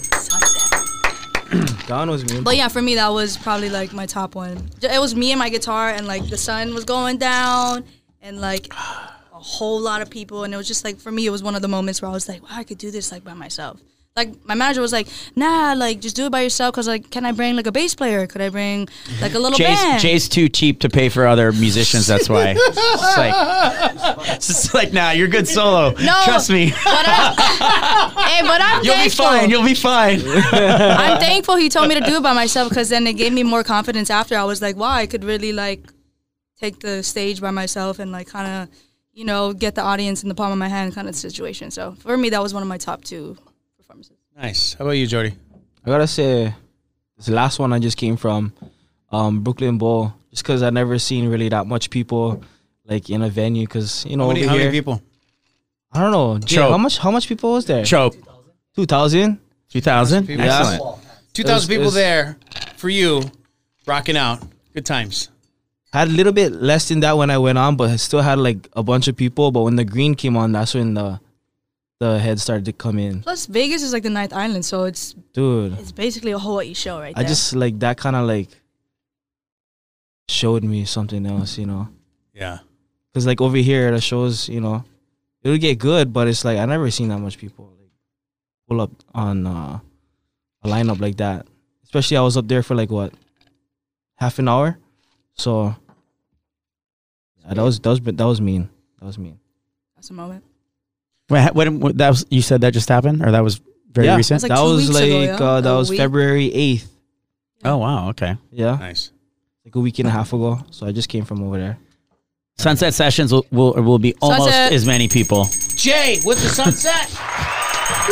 S4: Don was me.
S3: But yeah, for me that was probably like my top one. J- It was me and my guitar, and like the sun was going down, and like a whole lot of people, and it was just like for me, it was one of the moments where I was like, wow, I could do this like by myself. Like my manager was like, nah, like just do it by yourself, cause like can I bring like a bass player? Could I bring like a little band?
S2: Jay's, Jay's too cheap to pay for other musicians. That's why. it's just like, it's just like, nah, you're good solo.
S3: No.
S2: Trust me.
S3: But I- hey, but I'm
S2: You'll be
S3: thankful.
S2: fine. You'll be fine.
S3: I'm thankful he told me to do it by myself because then it gave me more confidence after. I was like, wow, I could really like take the stage by myself and like kind of, you know, get the audience in the palm of my hand kind of situation. So for me, that was one of my top two performances.
S1: Nice. How about you, Jody?
S4: I gotta say, this last one I just came from, um, Brooklyn Bowl, just because I never seen really that much people like in a venue, because you know
S1: How many,
S4: over
S1: how
S4: here.
S1: many people?
S4: I don't know. Jay,
S2: Choke.
S4: how much how much people was there?
S2: Chope.
S4: Two thousand.
S2: 2000? Excellent.
S4: It
S1: 2,000
S4: was-
S1: people there for you. Rocking out. Good times.
S4: Had a little bit less than that when I went on, but I still had like a bunch of people. But when the green came on, that's when the the heads started to come in,
S3: Plus, Vegas is like the ninth island, so it's
S4: dude.
S3: it's basically a Hawaii show right
S4: I
S3: there.
S4: just like that kind of like showed me something else, you know.
S1: Yeah.
S4: Cause like over here, the shows, you know, it'll get good, but it's like I never seen that much people like pull up on uh, a lineup like that. Especially I was up there for like what half an hour, so yeah, that was that was that was mean. That was mean.
S3: that's a moment.
S2: Wait, ha- when, when- that was you said that just happened, or that was very
S4: yeah,
S2: recent.
S3: It's like
S4: that
S3: two
S4: was
S3: weeks
S4: like
S3: ago, yeah?
S4: uh, that
S3: A
S4: was
S3: week?
S4: February eighth.
S2: oh wow, okay.
S4: Yeah,
S1: Nice.
S4: like a week and a half ago. So I just came from over there.
S2: Sunset sessions will will, will be almost
S3: Sunset.
S2: as many people.
S1: Jay with the sunset.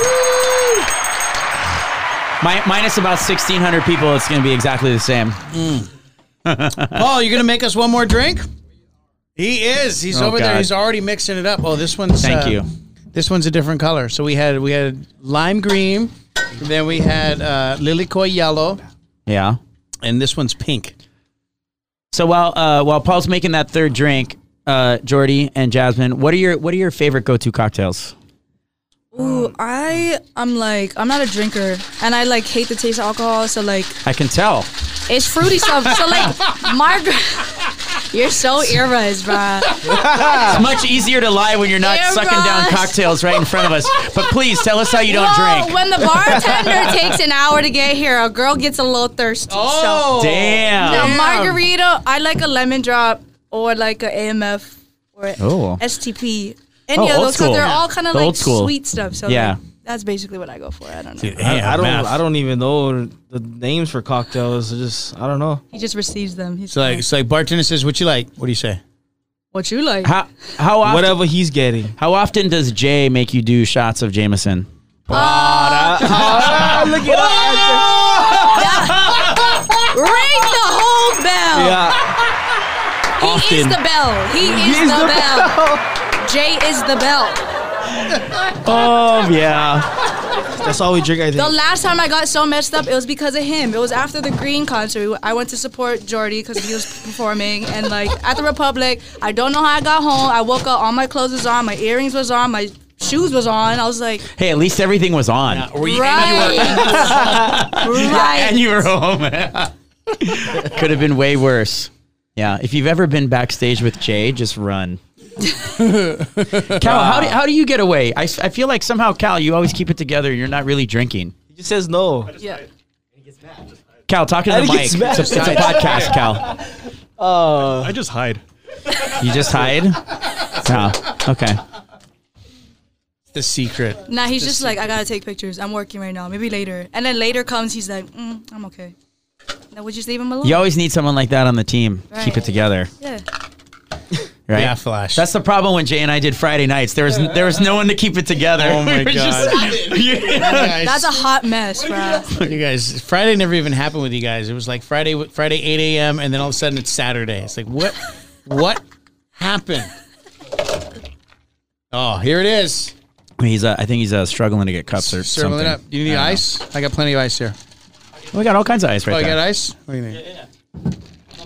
S2: Mi- minus about sixteen hundred people, it's going to be exactly the same.
S1: Paul, you're gonna make us one more drink? He is. He's
S2: Oh,
S1: over there.
S2: God.
S1: He's already mixing it up. Oh, this one's
S2: Thank
S1: uh,
S2: you.
S1: This one's a different color. So we had we had lime green, then we had uh lilikoi yellow,
S2: Yeah.
S1: and this one's pink.
S2: So while uh, while Paul's making that third drink, uh, Jordy and Jasmine, what are your what are your favorite go to cocktails?
S3: Ooh, I I'm like I'm not a drinker, and I like hate the taste of alcohol. So like
S2: I can tell.
S3: it's fruity stuff. so like Margaret, you're so eras, bruh.
S2: It's much easier to lie when you're not
S3: Air
S2: sucking down
S3: brush.
S2: cocktails right in front of us. But please tell us how you don't
S3: Whoa,
S2: drink.
S3: When the bartender takes an hour to get here, a girl gets a little thirsty.
S1: Oh,
S3: So now
S2: Damn.
S3: margarita, I like a lemon drop or like a AMF or a
S2: Oh.
S3: STP.
S2: Oh,
S3: Any of
S2: old
S3: those, because
S2: school.
S3: they're all kind of
S2: The
S3: like
S2: old school.
S3: sweet stuff. So
S2: Yeah.
S3: like, that's basically what I go for. I don't know.
S4: I, I don't I don't even know the names for cocktails. I just I don't know.
S3: He just receives them. He's
S1: It's like it's like bartender says, "What you like? What do you say?"
S3: what you like?
S2: How how often,
S4: Whatever he's getting.
S2: how often does Jay make you do shots of Jameson?
S4: Look at that.
S3: Ring the whole bell.
S4: Yeah.
S3: he is
S4: often.
S3: the bell. He is
S4: He's
S3: the,
S4: the
S3: bell. Jay is the bell.
S2: Oh yeah.
S4: That's all we drink, I
S3: The
S4: think.
S3: last time I got so messed up, it was because of him. It was after the Green concert. I went to support Jordy because he was performing, and like at the Republic, I don't know how I got home. I woke up, all my clothes was on, my earrings was on, my shoes was on. I was like,
S2: Hey, at least everything was on.
S3: right, right.
S2: And you were home. Could have been way worse. Yeah. If you've ever been backstage with Jay, just run. Cal, how, do, how do you get away? I, s- I feel like somehow, Cal, you always keep it together. You're not really drinking.
S4: He just says no.
S3: Yeah.
S2: Cal, talk into the
S4: I think
S2: mic.
S4: it's
S2: It's a, it's a podcast, Cal.
S8: I just hide.
S2: You just hide? Oh, okay.
S1: The secret.
S3: Nah, he's just like, I gotta take pictures. I'm working right now. Maybe later. And then later comes, he's like, mm, I'm okay. Now would you just leave him alone?
S2: You always need someone like that on the team. to Keep it
S3: Right.
S2: together,
S3: Yeah.
S2: right?
S1: Yeah, Flash.
S2: That's the problem when Jay and I did Friday nights. There was there was no one to keep it together. Oh my god!
S1: Guys,
S3: That's a hot mess, bro.
S1: you guys. Friday never even happened with you guys. It was like Friday, Friday eight a.m. and then all of a sudden it's Saturday. It's like what, what happened? Oh, here it is.
S2: he's uh, I think he's uh, struggling to get cups or
S1: Serving
S2: something.
S1: it up. You need ice? I got plenty of ice here.
S2: We got all kinds of ice right
S1: Oh, you
S2: there.
S1: got ice? What do you need?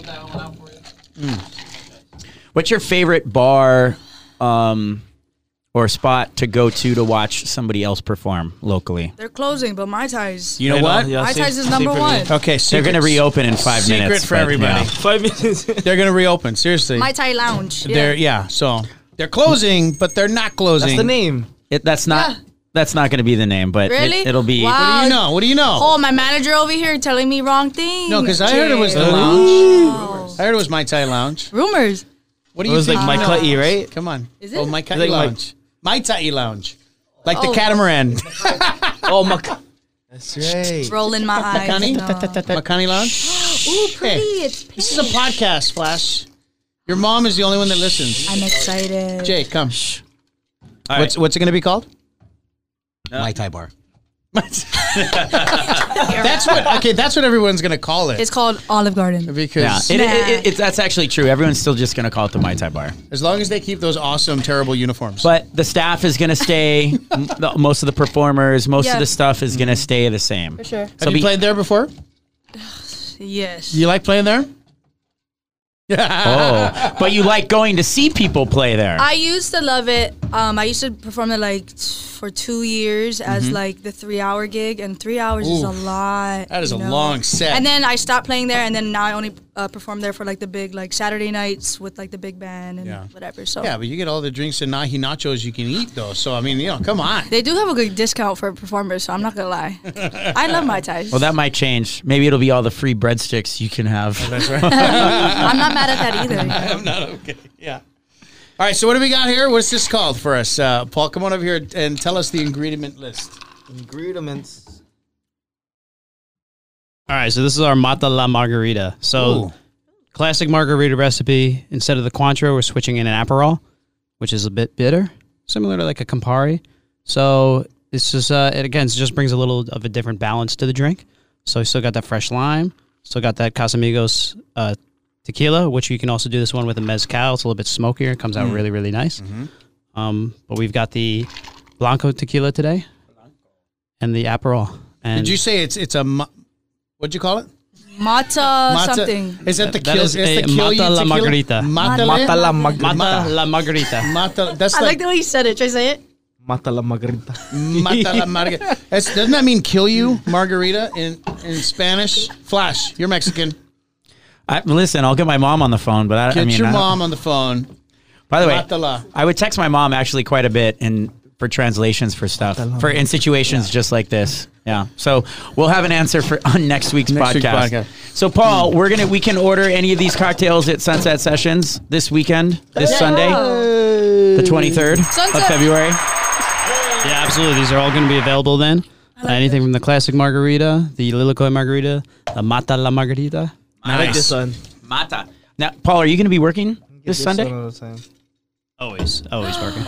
S2: What's your favorite bar um, or spot to go to to watch somebody else perform locally?
S3: They're closing, but my ties.
S1: You know what?
S4: Yeah,
S3: My
S4: same-
S3: ties is
S4: same
S3: number
S4: for me.
S3: one.
S1: Okay,
S2: They're
S1: secret-
S2: going to reopen in five
S1: secret
S2: minutes.
S1: for
S2: but,
S1: everybody.
S2: yeah.
S4: Five minutes.
S1: They're going to reopen. Seriously,
S3: My tie lounge. Yeah.
S1: they're yeah. So they're closing, but they're not closing.
S4: That's the name.
S2: It, that's not.
S3: Yeah.
S2: That's not going to be the name, but
S3: Really?
S2: it, will be.
S3: Wow.
S1: What do you know? What do you know?
S3: Oh, my manager over here telling me wrong thing.
S1: no, because I heard it was the lounge.
S3: lounge.
S1: I heard it was my Thai lounge.
S3: Rumors.
S1: What do
S4: It
S1: you
S4: was
S1: think?
S4: like my
S1: No.
S4: cutty, right?
S1: Come on. Is
S3: it?
S1: Oh, my Thai
S4: like my-
S1: lounge. My Thai lounge. Like the
S3: Oh.
S1: catamaran.
S4: Oh my. God. That's right.
S3: Rolling my eyes.
S1: Makani?
S3: No.
S1: Makani lounge?
S3: Ooh, pretty.
S1: Hey.
S3: It's pink.
S1: This is a podcast, Flash. Your mom is the only one that listens.
S3: I'm excited.
S1: Jay, come. What's, what's it going to be called?
S2: Uh,
S1: My Thai bar. that's what okay. That's what everyone's gonna call it
S3: It's called Olive Garden.
S2: Yeah,
S1: because
S2: it, it, it, it's- that's actually true. Everyone's still just going to call it the Mai Tai Bar.
S1: as long as they keep those awesome, terrible uniforms.
S2: But the staff is going to stay. m- the, most of the performers, most
S3: Yeah.
S2: of the stuff is going to stay the same. For
S3: sure. Have
S2: So
S1: Have you
S2: be,
S1: played there before?
S3: yes.
S1: You like playing there?
S2: Oh, but you like going to see people play there.
S3: I used to love it. Um, I used to perform there like t- for two years as like the three hour gig, and three hours is a
S1: Mm-hmm. Oof.
S3: lot.
S1: That is
S3: you
S1: a
S3: know?
S1: long set.
S3: And then I stopped playing there, and then now I only uh, perform there for like the big like Saturday nights with like the big band and
S1: Yeah.
S3: whatever. So
S1: yeah, but you get all the drinks and nahi nachos you can eat though. So I mean, you know, come on.
S3: they do have a good discount for performers. So I'm not gonna lie, I love my ties.
S2: well, that might change. Maybe it'll be all the free breadsticks you can have.
S3: I'm not mad at that either.
S1: I'm not okay. Yeah. All right. So what do we got here? What's this called for us, uh, Paul? Come on over here and tell us the ingredient list.
S4: Ingredients.
S5: All right, so this is our Mata La Margarita. So, classic margarita recipe. Instead of the Cointreau, we're switching in an Aperol, which is a bit bitter, similar to like a Campari. So it's just uh, it again it just brings a little of a different balance to the drink. So you still got that fresh lime, still got that Casamigos uh, tequila, which you can also do this one with a mezcal. It's a little bit smokier. It
S1: Mm.
S5: comes out really really nice.
S1: Mm-hmm.
S5: Um, but we've got the Blanco tequila today, and the Aperol. And
S1: Did you say it's it's a ma- what'd you call it?
S3: Mata,
S1: Mata-
S3: something.
S1: Is that the
S5: That
S1: kill?
S5: is
S1: that's the
S5: a
S1: kill you
S5: Mata la
S1: tequila?
S5: Margarita.
S1: Mata,
S4: Mata
S1: la
S4: la margarita.
S5: Mata La Margarita.
S1: Mata. That's
S3: I
S1: like,
S3: like the way you said it. Should I say it?
S4: Mata la margarita.
S1: Mata la margarita. That's, doesn't that mean kill you, margarita in in Spanish? Flash, you're Mexican.
S2: I, listen, I'll get my mom on the phone, but I,
S1: Get
S2: I mean,
S1: your
S2: I don't-
S1: mom on the phone.
S2: By the way,
S1: Mata la.
S2: I would text my mom actually quite a bit and for translations for stuff for in situations just like this. Yeah. So we'll have an answer for on next week's, podcast.
S1: week's podcast.
S2: So Paul, we're gonna we can order any of these cocktails at Sunset Sessions this weekend, this Sunday,
S3: Oh.
S2: the twenty third of
S3: Sunset.
S2: February.
S5: Yeah, absolutely. These are all going to be available then. Uh, Anything from the classic margarita, the Lilikoi margarita, the Mata la Margarita.
S4: I like this one.
S2: Mata. Now, Uh, Paul, are you gonna be working this, Sunday?
S4: one all the time.
S5: Always, always working.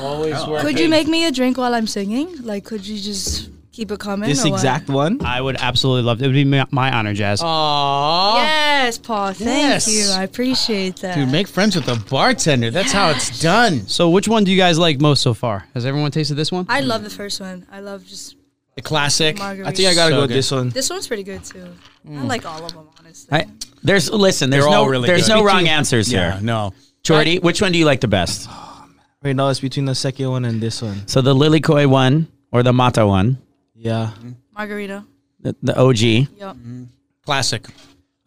S3: Could you make me a drink while I'm singing? Like, could you just keep it coming?
S4: This
S3: or what?
S4: exact
S1: Ah,
S4: one.
S5: I would absolutely love it. It would be my, my honor, Jazz.
S1: Oh.
S3: Yes, Paul. Thank
S1: Yes.
S3: you. I appreciate that.
S1: Dude, make friends with the bartender. That's how it's done.
S5: so, which one do you guys like most so far? Has everyone tasted this one?
S3: I love the first one. I love just
S1: The classic.
S3: margarita.
S4: I think I
S1: So
S4: gotta
S1: good.
S4: go with this one.
S3: this one's pretty good too. I like all of them, honestly.
S2: I, there's listen, there's
S1: They're
S2: no
S1: all really
S2: there's
S1: good.
S2: no wrong answers
S1: Yeah,
S2: here.
S1: no.
S2: Jordy, which one do you like the best?
S4: Right now it's between the second one and this one.
S2: So the Lily Koi one or the Mata one,
S4: Yeah.
S3: Margarita.
S2: the, the OG.
S3: Yep.
S1: Classic.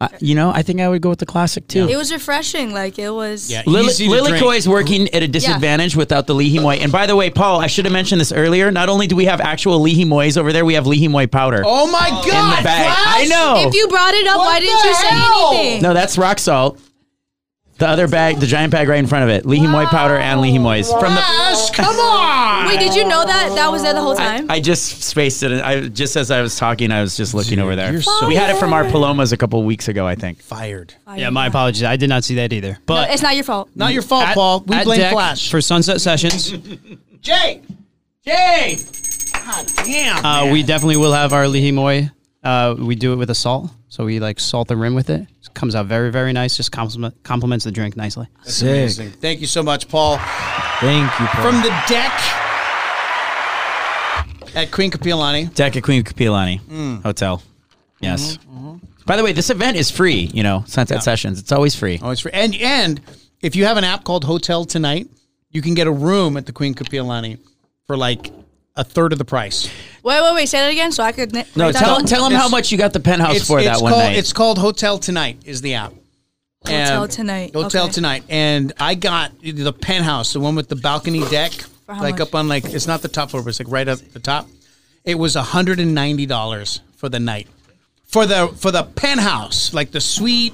S2: Uh, you know, I think I would go with the classic too.
S3: It was refreshing. Like it was.
S1: Yeah.
S2: Lily,
S1: easy to
S2: Lily
S1: drink.
S2: Koi is working at a disadvantage without the Lihi Moi. And by the way, Paul, I should have mentioned this earlier. Not only do we have actual Lihi Mois over there, we have Lihi Moi powder.
S1: Oh my god!
S2: the bag.
S1: Flash!
S2: I know.
S3: If you brought it up,
S1: What
S3: why didn't
S1: the
S3: you say
S1: hell?
S3: anything?
S2: No, that's rock salt. The other bag, the giant bag right in front of it. Lihi Moi powder and Lihi Mois. From the
S1: Flash, come on!
S3: Wait, did you know that that was there the whole time?
S2: I just spaced it. I just as I was talking, I was just looking over there.
S1: you're so
S2: we had it from our Palomas a couple weeks ago, I think.
S1: Fired.
S5: yeah, my apologies. I did not see that either.
S3: No,
S5: But
S3: Uh, it's not your fault.
S1: Not your fault,
S5: at-
S1: Paul. We
S5: at
S1: blame
S5: Deck
S1: Flash.
S5: For Sunset Sessions,
S1: Jay! Jay! God damn.
S5: uh, we definitely will have our Lihi Moi. Uh, we do it with a salt. So, we like salt the rim with it. It comes out very, very nice. Just compliment, complements the drink nicely.
S4: Sick.
S1: Thank you so much, Paul.
S4: Thank you. Paul.
S1: From the deck at Queen Capilani.
S2: Deck at Queen Kapilani
S1: Mm.
S2: Hotel.
S1: Mm-hmm,
S2: Yes. By the way, this event is free, you know, Sunset Sessions. It's always free.
S1: Oh, it's free. And, and if you have an app called Hotel Tonight, you can get a room at the Queen Capilani for like a third of the price.
S3: Wait, wait, wait. Say that again, so I could.
S2: No,
S3: that
S2: tell,
S3: down.
S2: tell him how
S1: It's-
S2: much you got the penthouse
S1: it's,
S2: for
S1: it's
S2: that one
S1: called,
S2: night.
S1: It's called Hotel Tonight is the app.
S3: Hotel
S1: And-
S3: Tonight,
S1: Hotel
S3: okay.
S1: Tonight. And I got the penthouse, the one with the balcony deck,
S3: For how
S1: like
S3: much?
S1: up on like it's not the top floor, but it's like right up the top. It was hundred and ninety dollars for the night. For the for the penthouse, like the suite.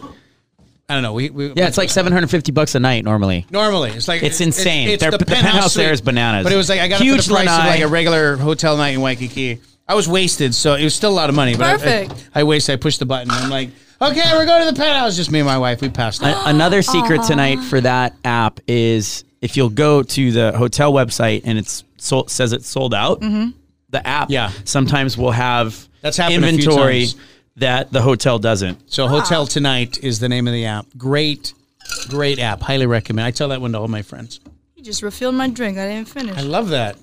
S1: I don't know. We, we
S2: yeah, it's like 750 bucks a night normally.
S1: normally. It's like
S2: It's insane. Their- the penthouse there
S1: suite.
S2: is bananas.
S1: But it was like I got it
S2: Huge
S1: for the price of
S2: lanai.
S1: like a regular hotel night in Waikiki. I was wasted, so it was still a lot of money. But I- I-
S3: Perfect.
S1: I, wasted. I pushed the button. I'm like, okay, we're going to the penthouse. Just me and my wife. We passed
S2: A-
S1: out.
S2: Another secret tonight for that app is if you'll go to the hotel website and it's sold, says it's sold out,
S3: Mm-hmm.
S2: the app
S1: Yeah.
S2: sometimes will have
S1: That's happened a few
S2: inventory
S1: times.
S2: that the hotel doesn't.
S1: So hotel tonight is the name of the app. Great, great app. Highly recommend. I tell that one to all my friends.
S3: You just refilled my drink. I didn't finish.
S1: I love that.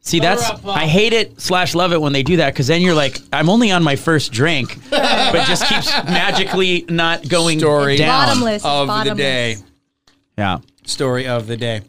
S2: See, that's I hate it slash love it when they do that because then you're like, I'm only on my first drink, but just keeps magically not going
S1: Story.
S2: down.
S1: Bottomless. of the day.
S2: Yeah.
S1: Story of the day.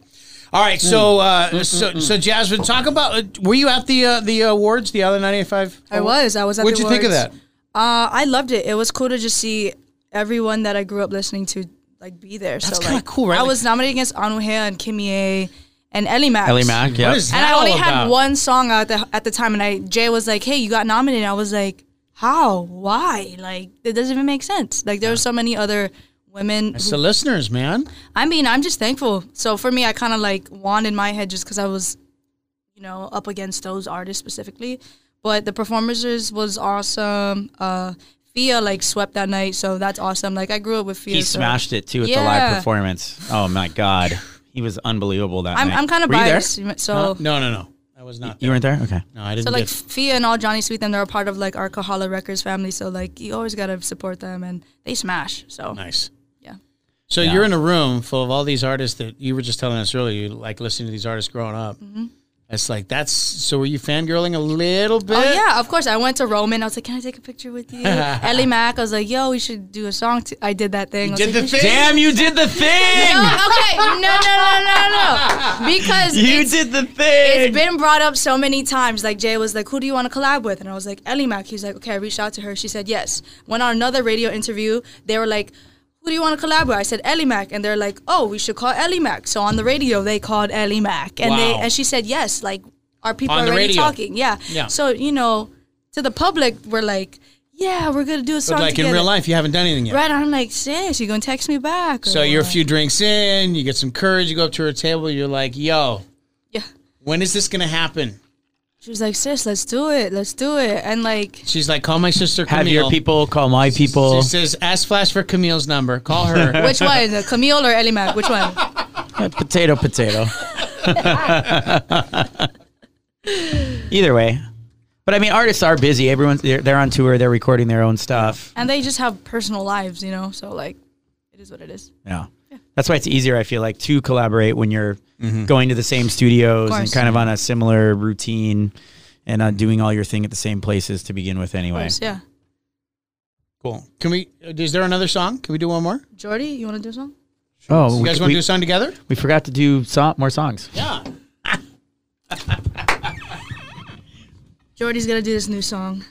S1: All right,
S3: Hmm.
S1: so uh, so so Jasmine, talk about. Uh, were you at the uh, the awards the other ninety five?
S3: I was. I was at
S1: What'd
S3: the
S1: you think of that?
S3: awards. Uh, I loved it. It was cool to just see everyone that I grew up listening to like be there.
S1: That's
S3: so
S1: kinda
S3: like,
S1: cool, right?
S3: I
S1: Like-
S3: was nominated against Anuhea and Kimmy A and Ellie Mac.
S2: Ellie Mac, yeah.
S1: is
S3: And
S1: that
S3: I only
S1: all about?
S3: had one song at the at the time, and I Jay was like, "Hey, you got nominated." I was like, "How? Why? Like, it doesn't even make sense." Like, there were so many other women.
S1: It's
S3: who-
S1: the listeners, man.
S3: I mean, I'm just thankful. So for me, I kind of like won in my head just because I was, you know, up against those artists specifically. But the performances was awesome. Uh, Fia like swept that night, so that's awesome. Like I grew up with Fia.
S2: He
S3: so-
S2: smashed it too at the live
S3: Yeah.
S2: performance. Oh my god, he was unbelievable that
S3: I'm
S2: night.
S3: I'm kind of
S2: Were you there?
S3: biased, so
S1: No, no, no. I was not.
S2: You weren't there. Okay.
S1: No, I didn't.
S3: So Oh. like
S1: get-
S3: Fia and all Johnny Sweet, and they're a part of like our Kahala Records family. So like you always gotta support them, and they smash. So
S1: nice.
S3: yeah,
S1: So you're in a room full of all these artists that you were just telling us earlier. You like listening to these artists growing up.
S3: Mm-hmm.
S1: It's like that's. So were you fangirling a little bit?
S3: oh yeah, of course. I went to Roman. I was like, can I take a picture with you? Ellie Mack. I was like, yo, we should do a song. T-. I did that thing. I was
S1: Did
S3: like,
S1: the
S3: "We should-"
S1: thing?
S2: Damn, you did the thing.
S3: No, okay, no, no, no, no, no. Because
S2: You
S3: it's-
S2: did the thing.
S3: It's been brought up so many times. Like Jay was like, "Who do you want to collab with?" And I was like, "Ellie Mac." He's like, "Okay." I reached out to her. She said yes. Went on another radio interview. They were like, "Who do you want to collab with?" I said Ellie Mac, and they're like, "Oh, we should call Ellie Mac." So on the radio, they called Ellie Mac, and they
S1: Wow.
S3: and she said yes. Like, our people
S1: On the
S3: already
S1: radio.
S3: talking? Yeah.
S1: Yeah.
S3: So you know, to the public, we're like, "Yeah, we're gonna do a song
S1: But like in
S3: together."
S1: real life, you haven't done anything yet.
S3: Right, and I'm like, sis, you gonna text me back?
S1: So
S3: or
S1: you're a
S3: what?"
S1: few drinks in. You get some courage. You go up to her table. You're like, "Yo,
S3: Yeah.
S1: when is this gonna happen?"
S3: She was like, sis, let's do it, let's do it, and like,
S1: She's like, "Call my sister Camille."
S2: Have your people call my people.
S1: She says, "Ask Flash for Camille's number. Call her."
S3: which one, Camille or Ellie Mac? Which one?
S2: potato, potato. Either way, but I mean, artists are busy. Everyone's they're, they're on tour. They're recording their own stuff.
S3: and they just have personal lives, you know. So like, it is what it is.
S2: Yeah. That's why it's easier, I feel like, to collaborate when you're going to the same studios and
S3: course.
S2: kind of on a similar routine and uh, doing all your thing at the same places to begin with, anyway.
S3: So, yeah,
S1: cool. Can we? Is there another song? Can we do one more?
S3: Jordy, you want to do a song?
S2: Oh,
S1: You
S2: we,
S1: guys want to
S2: we,
S1: do a song together?
S2: we forgot to do so- more songs.
S1: Yeah.
S3: Jordy's gonna do this new song.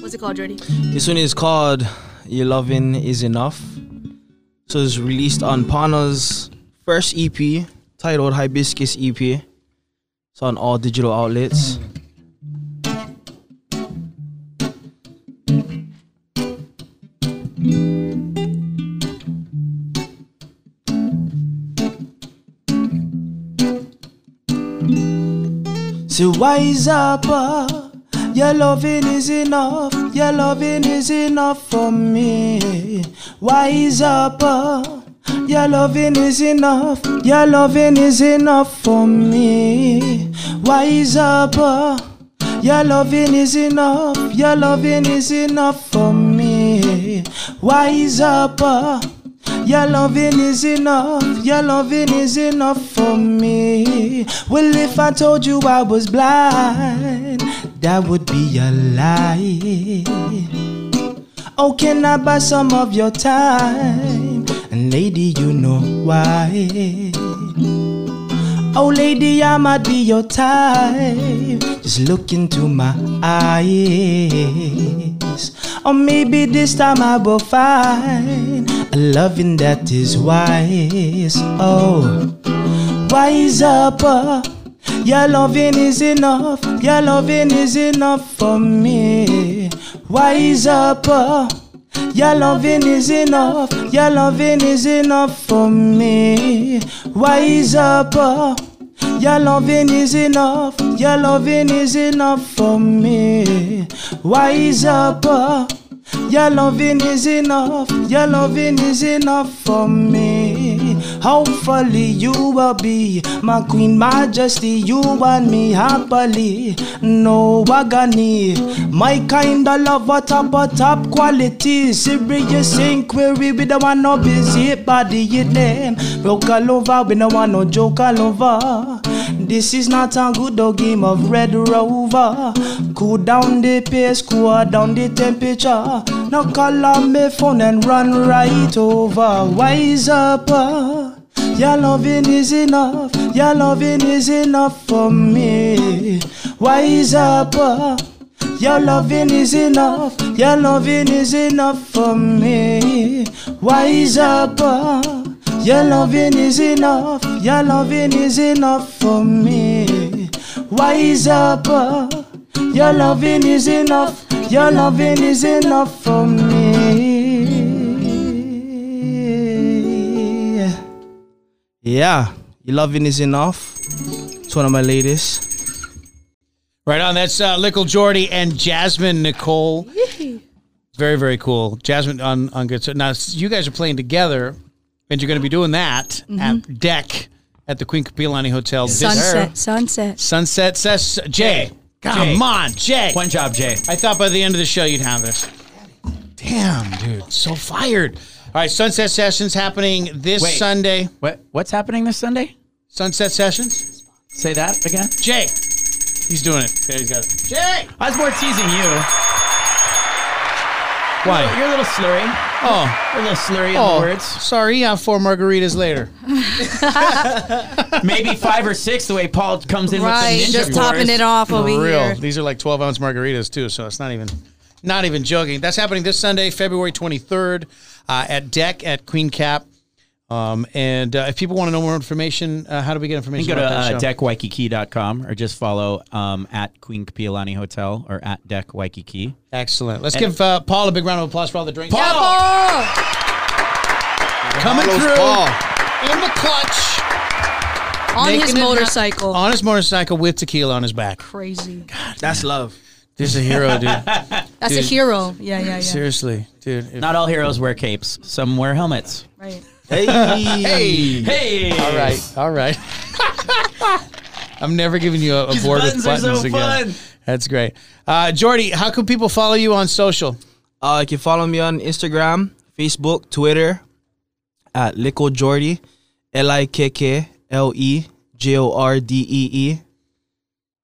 S3: What's it called, Jordy?
S4: This one is called Your Loving Is Enough. So it's released on Pana's first EP titled Hibiscus EP. It's on all digital outlets. So wise up, uh, your loving is enough. Your loving is enough for me. Wise up, uh, your loving is enough. Your loving is enough for me. Wise up, uh, your loving is enough. Your loving is enough for me. Wise up. uh, your loving is enough, your loving is enough for me. Well, if I told you I was blind, that would be a lie. Oh, can I buy some of your time? And lady, you know why. Oh, lady, I might be your type. Just look into my eyes. Or maybe this time I will find a loving that is wise. Oh, wise up. uh, Your loving is enough. Your loving is enough for me. Wise up. uh, your loving is enough. Your loving is enough for me. Wise up. uh, Your loving is enough. Your loving is enough for me. Wise up. uh, Your loving is enough. Your loving is enough for me. Hopefully you will be my queen, majesty. You and me happily, no agony. My kind of love, what top of top quality. Serious inquiry, we don't want no busy body. Your name broke all over, we don't want no joke all over.
S9: This is not a good old game of Red Rover. Cool down the pace, cool down the temperature. Now call on my phone and run right over. Wise up. uh. Your loving is enough. Your loving is enough for me. Wise up. uh. Your loving is enough. Your loving is enough for me. Wise up. uh. Your loving is enough. Your loving is enough for me. Wise up. uh. Your loving is enough. Your loving is enough for me.
S4: Yeah, your loving is enough. It's one of my latest.
S1: Right on. That's uh, Lickle Jordy and Jasmine Nicole. Very, very cool. Jasmine on, on good. So now s- you guys are playing together, and you're going to be doing that at Deck at the Queen Capilani Hotel. this-
S3: Sunset, sunset.
S1: Sunset Sess. Jay. Come
S2: Jay.
S1: on, Jay.
S2: One job, Jay.
S1: I thought by the end of the show you'd have this. Damn, dude. So fired. All right, Sunset Sessions happening this
S2: Wait.
S1: Sunday.
S2: What What's happening this Sunday?
S1: Sunset Sessions.
S2: Say that again.
S1: Jay. He's doing it. There, he's got it. Jay!
S2: I was more teasing you.
S1: Why?
S2: You're a little slurry.
S1: Oh.
S2: You're a little slurry in the words.
S1: Sorry, yeah, four margaritas later.
S2: Maybe five or six. The way Paul comes in
S3: Right,
S2: with the ninja
S3: just
S2: chorus.
S3: topping it off over
S1: For real.
S3: here.
S1: These are like 12 ounce margaritas too, so it's not even not even joking. That's happening this Sunday, February 23rd, uh, at Deck at Queen Cap. Um, and uh, if people want to know more information, uh, how do we get
S2: You
S1: information
S2: can go to
S1: about
S2: uh,
S1: that show?
S2: deckwaikiki.com or just follow um, at Queen Kapiolani Hotel or at Deck Waikiki.
S1: Excellent. Let's give uh, Paul a big round of applause for all the drinks. Paul
S3: Oh,
S1: coming
S7: Carlos
S1: through
S7: Paul.
S1: in the clutch
S3: on
S1: Making
S3: his
S1: it hap-
S3: motorcycle.
S1: on his motorcycle with tequila on his back.
S3: Crazy.
S4: That's love.
S1: This is a hero, dude.
S3: That's a
S1: Dude.
S3: hero. Yeah, yeah, yeah.
S1: Seriously, dude. If-
S2: Not all heroes wear capes. Some wear helmets.
S3: Right.
S1: hey.
S2: Hey!
S1: All right, all right. I'm never giving you a, a board with
S2: buttons are so
S1: buttons again.
S2: fun.
S1: That's great. Uh, Jordy, how can people follow you on social?
S4: Uh, you can follow me on Instagram, Facebook, Twitter at Lickle Jordy, L I K K L E J O R D E E.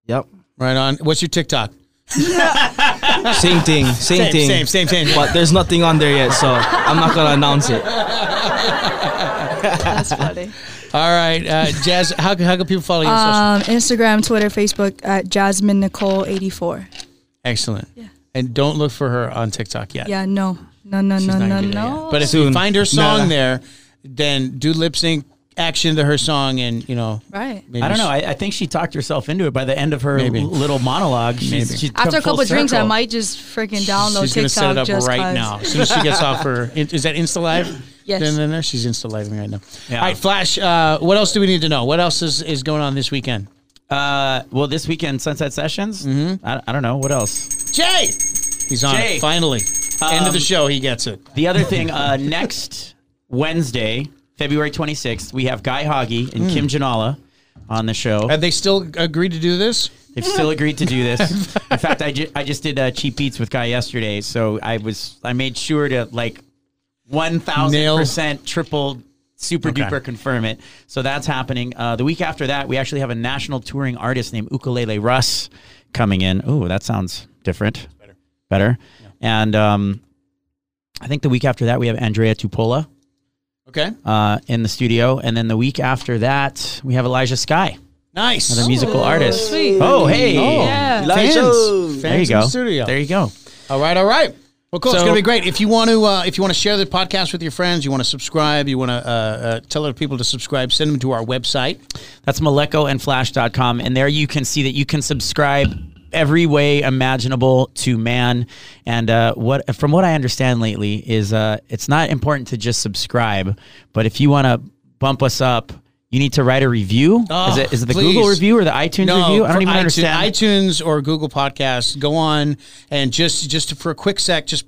S4: Yep.
S1: Right on. What's your TikTok?
S4: Same thing, same, thing.
S1: same, same, same.
S4: But there's nothing on there yet, so I'm not gonna announce it.
S3: That's funny.
S1: All right, uh, Jazz. How can how can people follow you on social?
S3: Um, Instagram, Twitter, Facebook at Jasmine Nicole eighty four.
S1: Excellent. And don't look for her on TikTok yet.
S3: Yeah, no, no, no, no,
S1: not
S3: no,
S1: gonna do that
S3: no.
S1: But if you
S4: Soon.
S1: find her song
S4: Nah.
S1: there, then do lip sync action to her song, and you know.
S3: right.
S1: Maybe
S2: I don't know.
S1: she-
S2: I, I think she talked herself into it by the end of her
S1: Maybe.
S2: l- little monologue. She's,
S1: Maybe.
S2: she's come
S3: After a
S2: full
S3: couple of drinks, I
S2: circle.
S3: might just freaking download
S1: she's gonna
S3: TikTok
S1: set it up
S3: just
S1: right
S3: 'cause.
S1: now. As soon as she gets off her, is that Insta Live?
S3: Yes.
S1: Then, then there, she's Insta Living right now.
S2: Yeah.
S1: All right, Flash. Uh, what else do we need to know? What else is, is going on this weekend?
S2: Uh, well, this weekend, Sunset Sessions. Mm-hmm. I, I don't know. What else?
S1: Jay, he's on
S2: Jay.
S1: it finally. End of the
S2: Um,
S1: show, he gets it.
S2: The other thing, uh, next Wednesday, February 26th, we have Guy Hoggy
S1: Mm.
S2: and Kim Janala on the show.
S1: Have they still agreed to do this?
S2: They've still agreed to do this. In fact, I, ju- I just did uh, cheap beats with Guy yesterday, so I was I made sure to like one thousand percent triple super duper confirm it. So that's happening. Uh, the week after that, we actually have a national touring artist named Ukulele Russ coming in. Oh, that sounds different. Better. Better. And um, I think the week after that, we have Andrea Tupola
S1: Okay,
S2: uh, in the studio, and then the week after that, we have Elijah Sky,
S1: nice.
S2: another musical artist.
S3: Sweet.
S2: Oh, hey.
S3: Yeah.
S1: Fans, fans
S2: There you
S1: in
S2: go.
S1: the studio.
S2: There you go.
S1: All right, all right. Well, cool. it's
S2: So-
S1: gonna be great. If you want to, uh, if you want to share the podcast with your friends, you want to subscribe, you want to uh, uh, tell other people to subscribe. Send them to our website.
S2: That's malecoandflash.com. And there you can see that you can subscribe every way imaginable to man. And uh, what from what I understand lately is uh, it's not important to just subscribe, but if you want to bump us up, you need to write a review.
S1: Oh,
S2: is it is it the
S1: please.
S2: Google review or the iTunes review? I
S1: for
S2: don't even
S1: iTunes,
S2: understand.
S1: iTunes or Google Podcasts. Go on and just just for a quick sec, just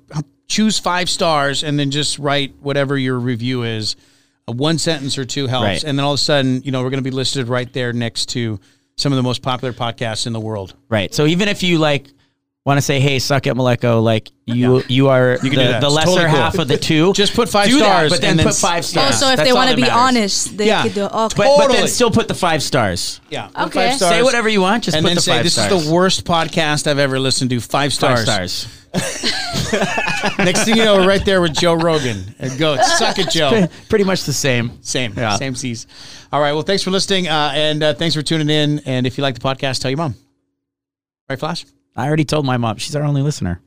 S1: choose five stars and then just write whatever your review is. Uh, One sentence or two helps,
S2: Right.
S1: and then all of a sudden, you know, we're going to be listed right there next to some of the most popular podcasts in the world.
S2: Right. So even if you like want to say, "Hey, suck it, Maleko." Like you, you are
S1: You can
S2: the,
S1: do that.
S2: the
S1: It's
S2: lesser
S1: totally cool.
S2: half of the two.
S1: Just put five
S2: Do that,
S1: stars
S2: but then,
S1: and then
S2: put five
S1: s-
S2: stars.
S3: Oh, so if
S2: That's
S3: they
S2: all
S3: want
S2: that
S3: to be
S2: matters.
S3: honest, they
S1: Yeah.
S3: could do. Okay.
S2: but, but then
S1: Totally.
S2: still put the five stars.
S1: Yeah. put
S3: Okay.
S1: Five
S3: Say
S1: stars.
S2: Say whatever you want. Just
S1: and
S2: put
S1: then
S2: the
S1: say
S2: five
S1: this
S2: stars.
S1: is the worst podcast I've ever listened to. Five
S2: five
S1: stars.
S2: stars.
S1: Next thing you know, we're right there with Joe Rogan. And go suck it, Joe.
S2: Pretty much the same.
S1: Same,
S2: Yeah.
S1: same C's. All right. Well, thanks for listening, uh, and uh, thanks for tuning in. And if you like the podcast, tell your mom. Right, Flash.
S2: I already told my mom. She's our only listener.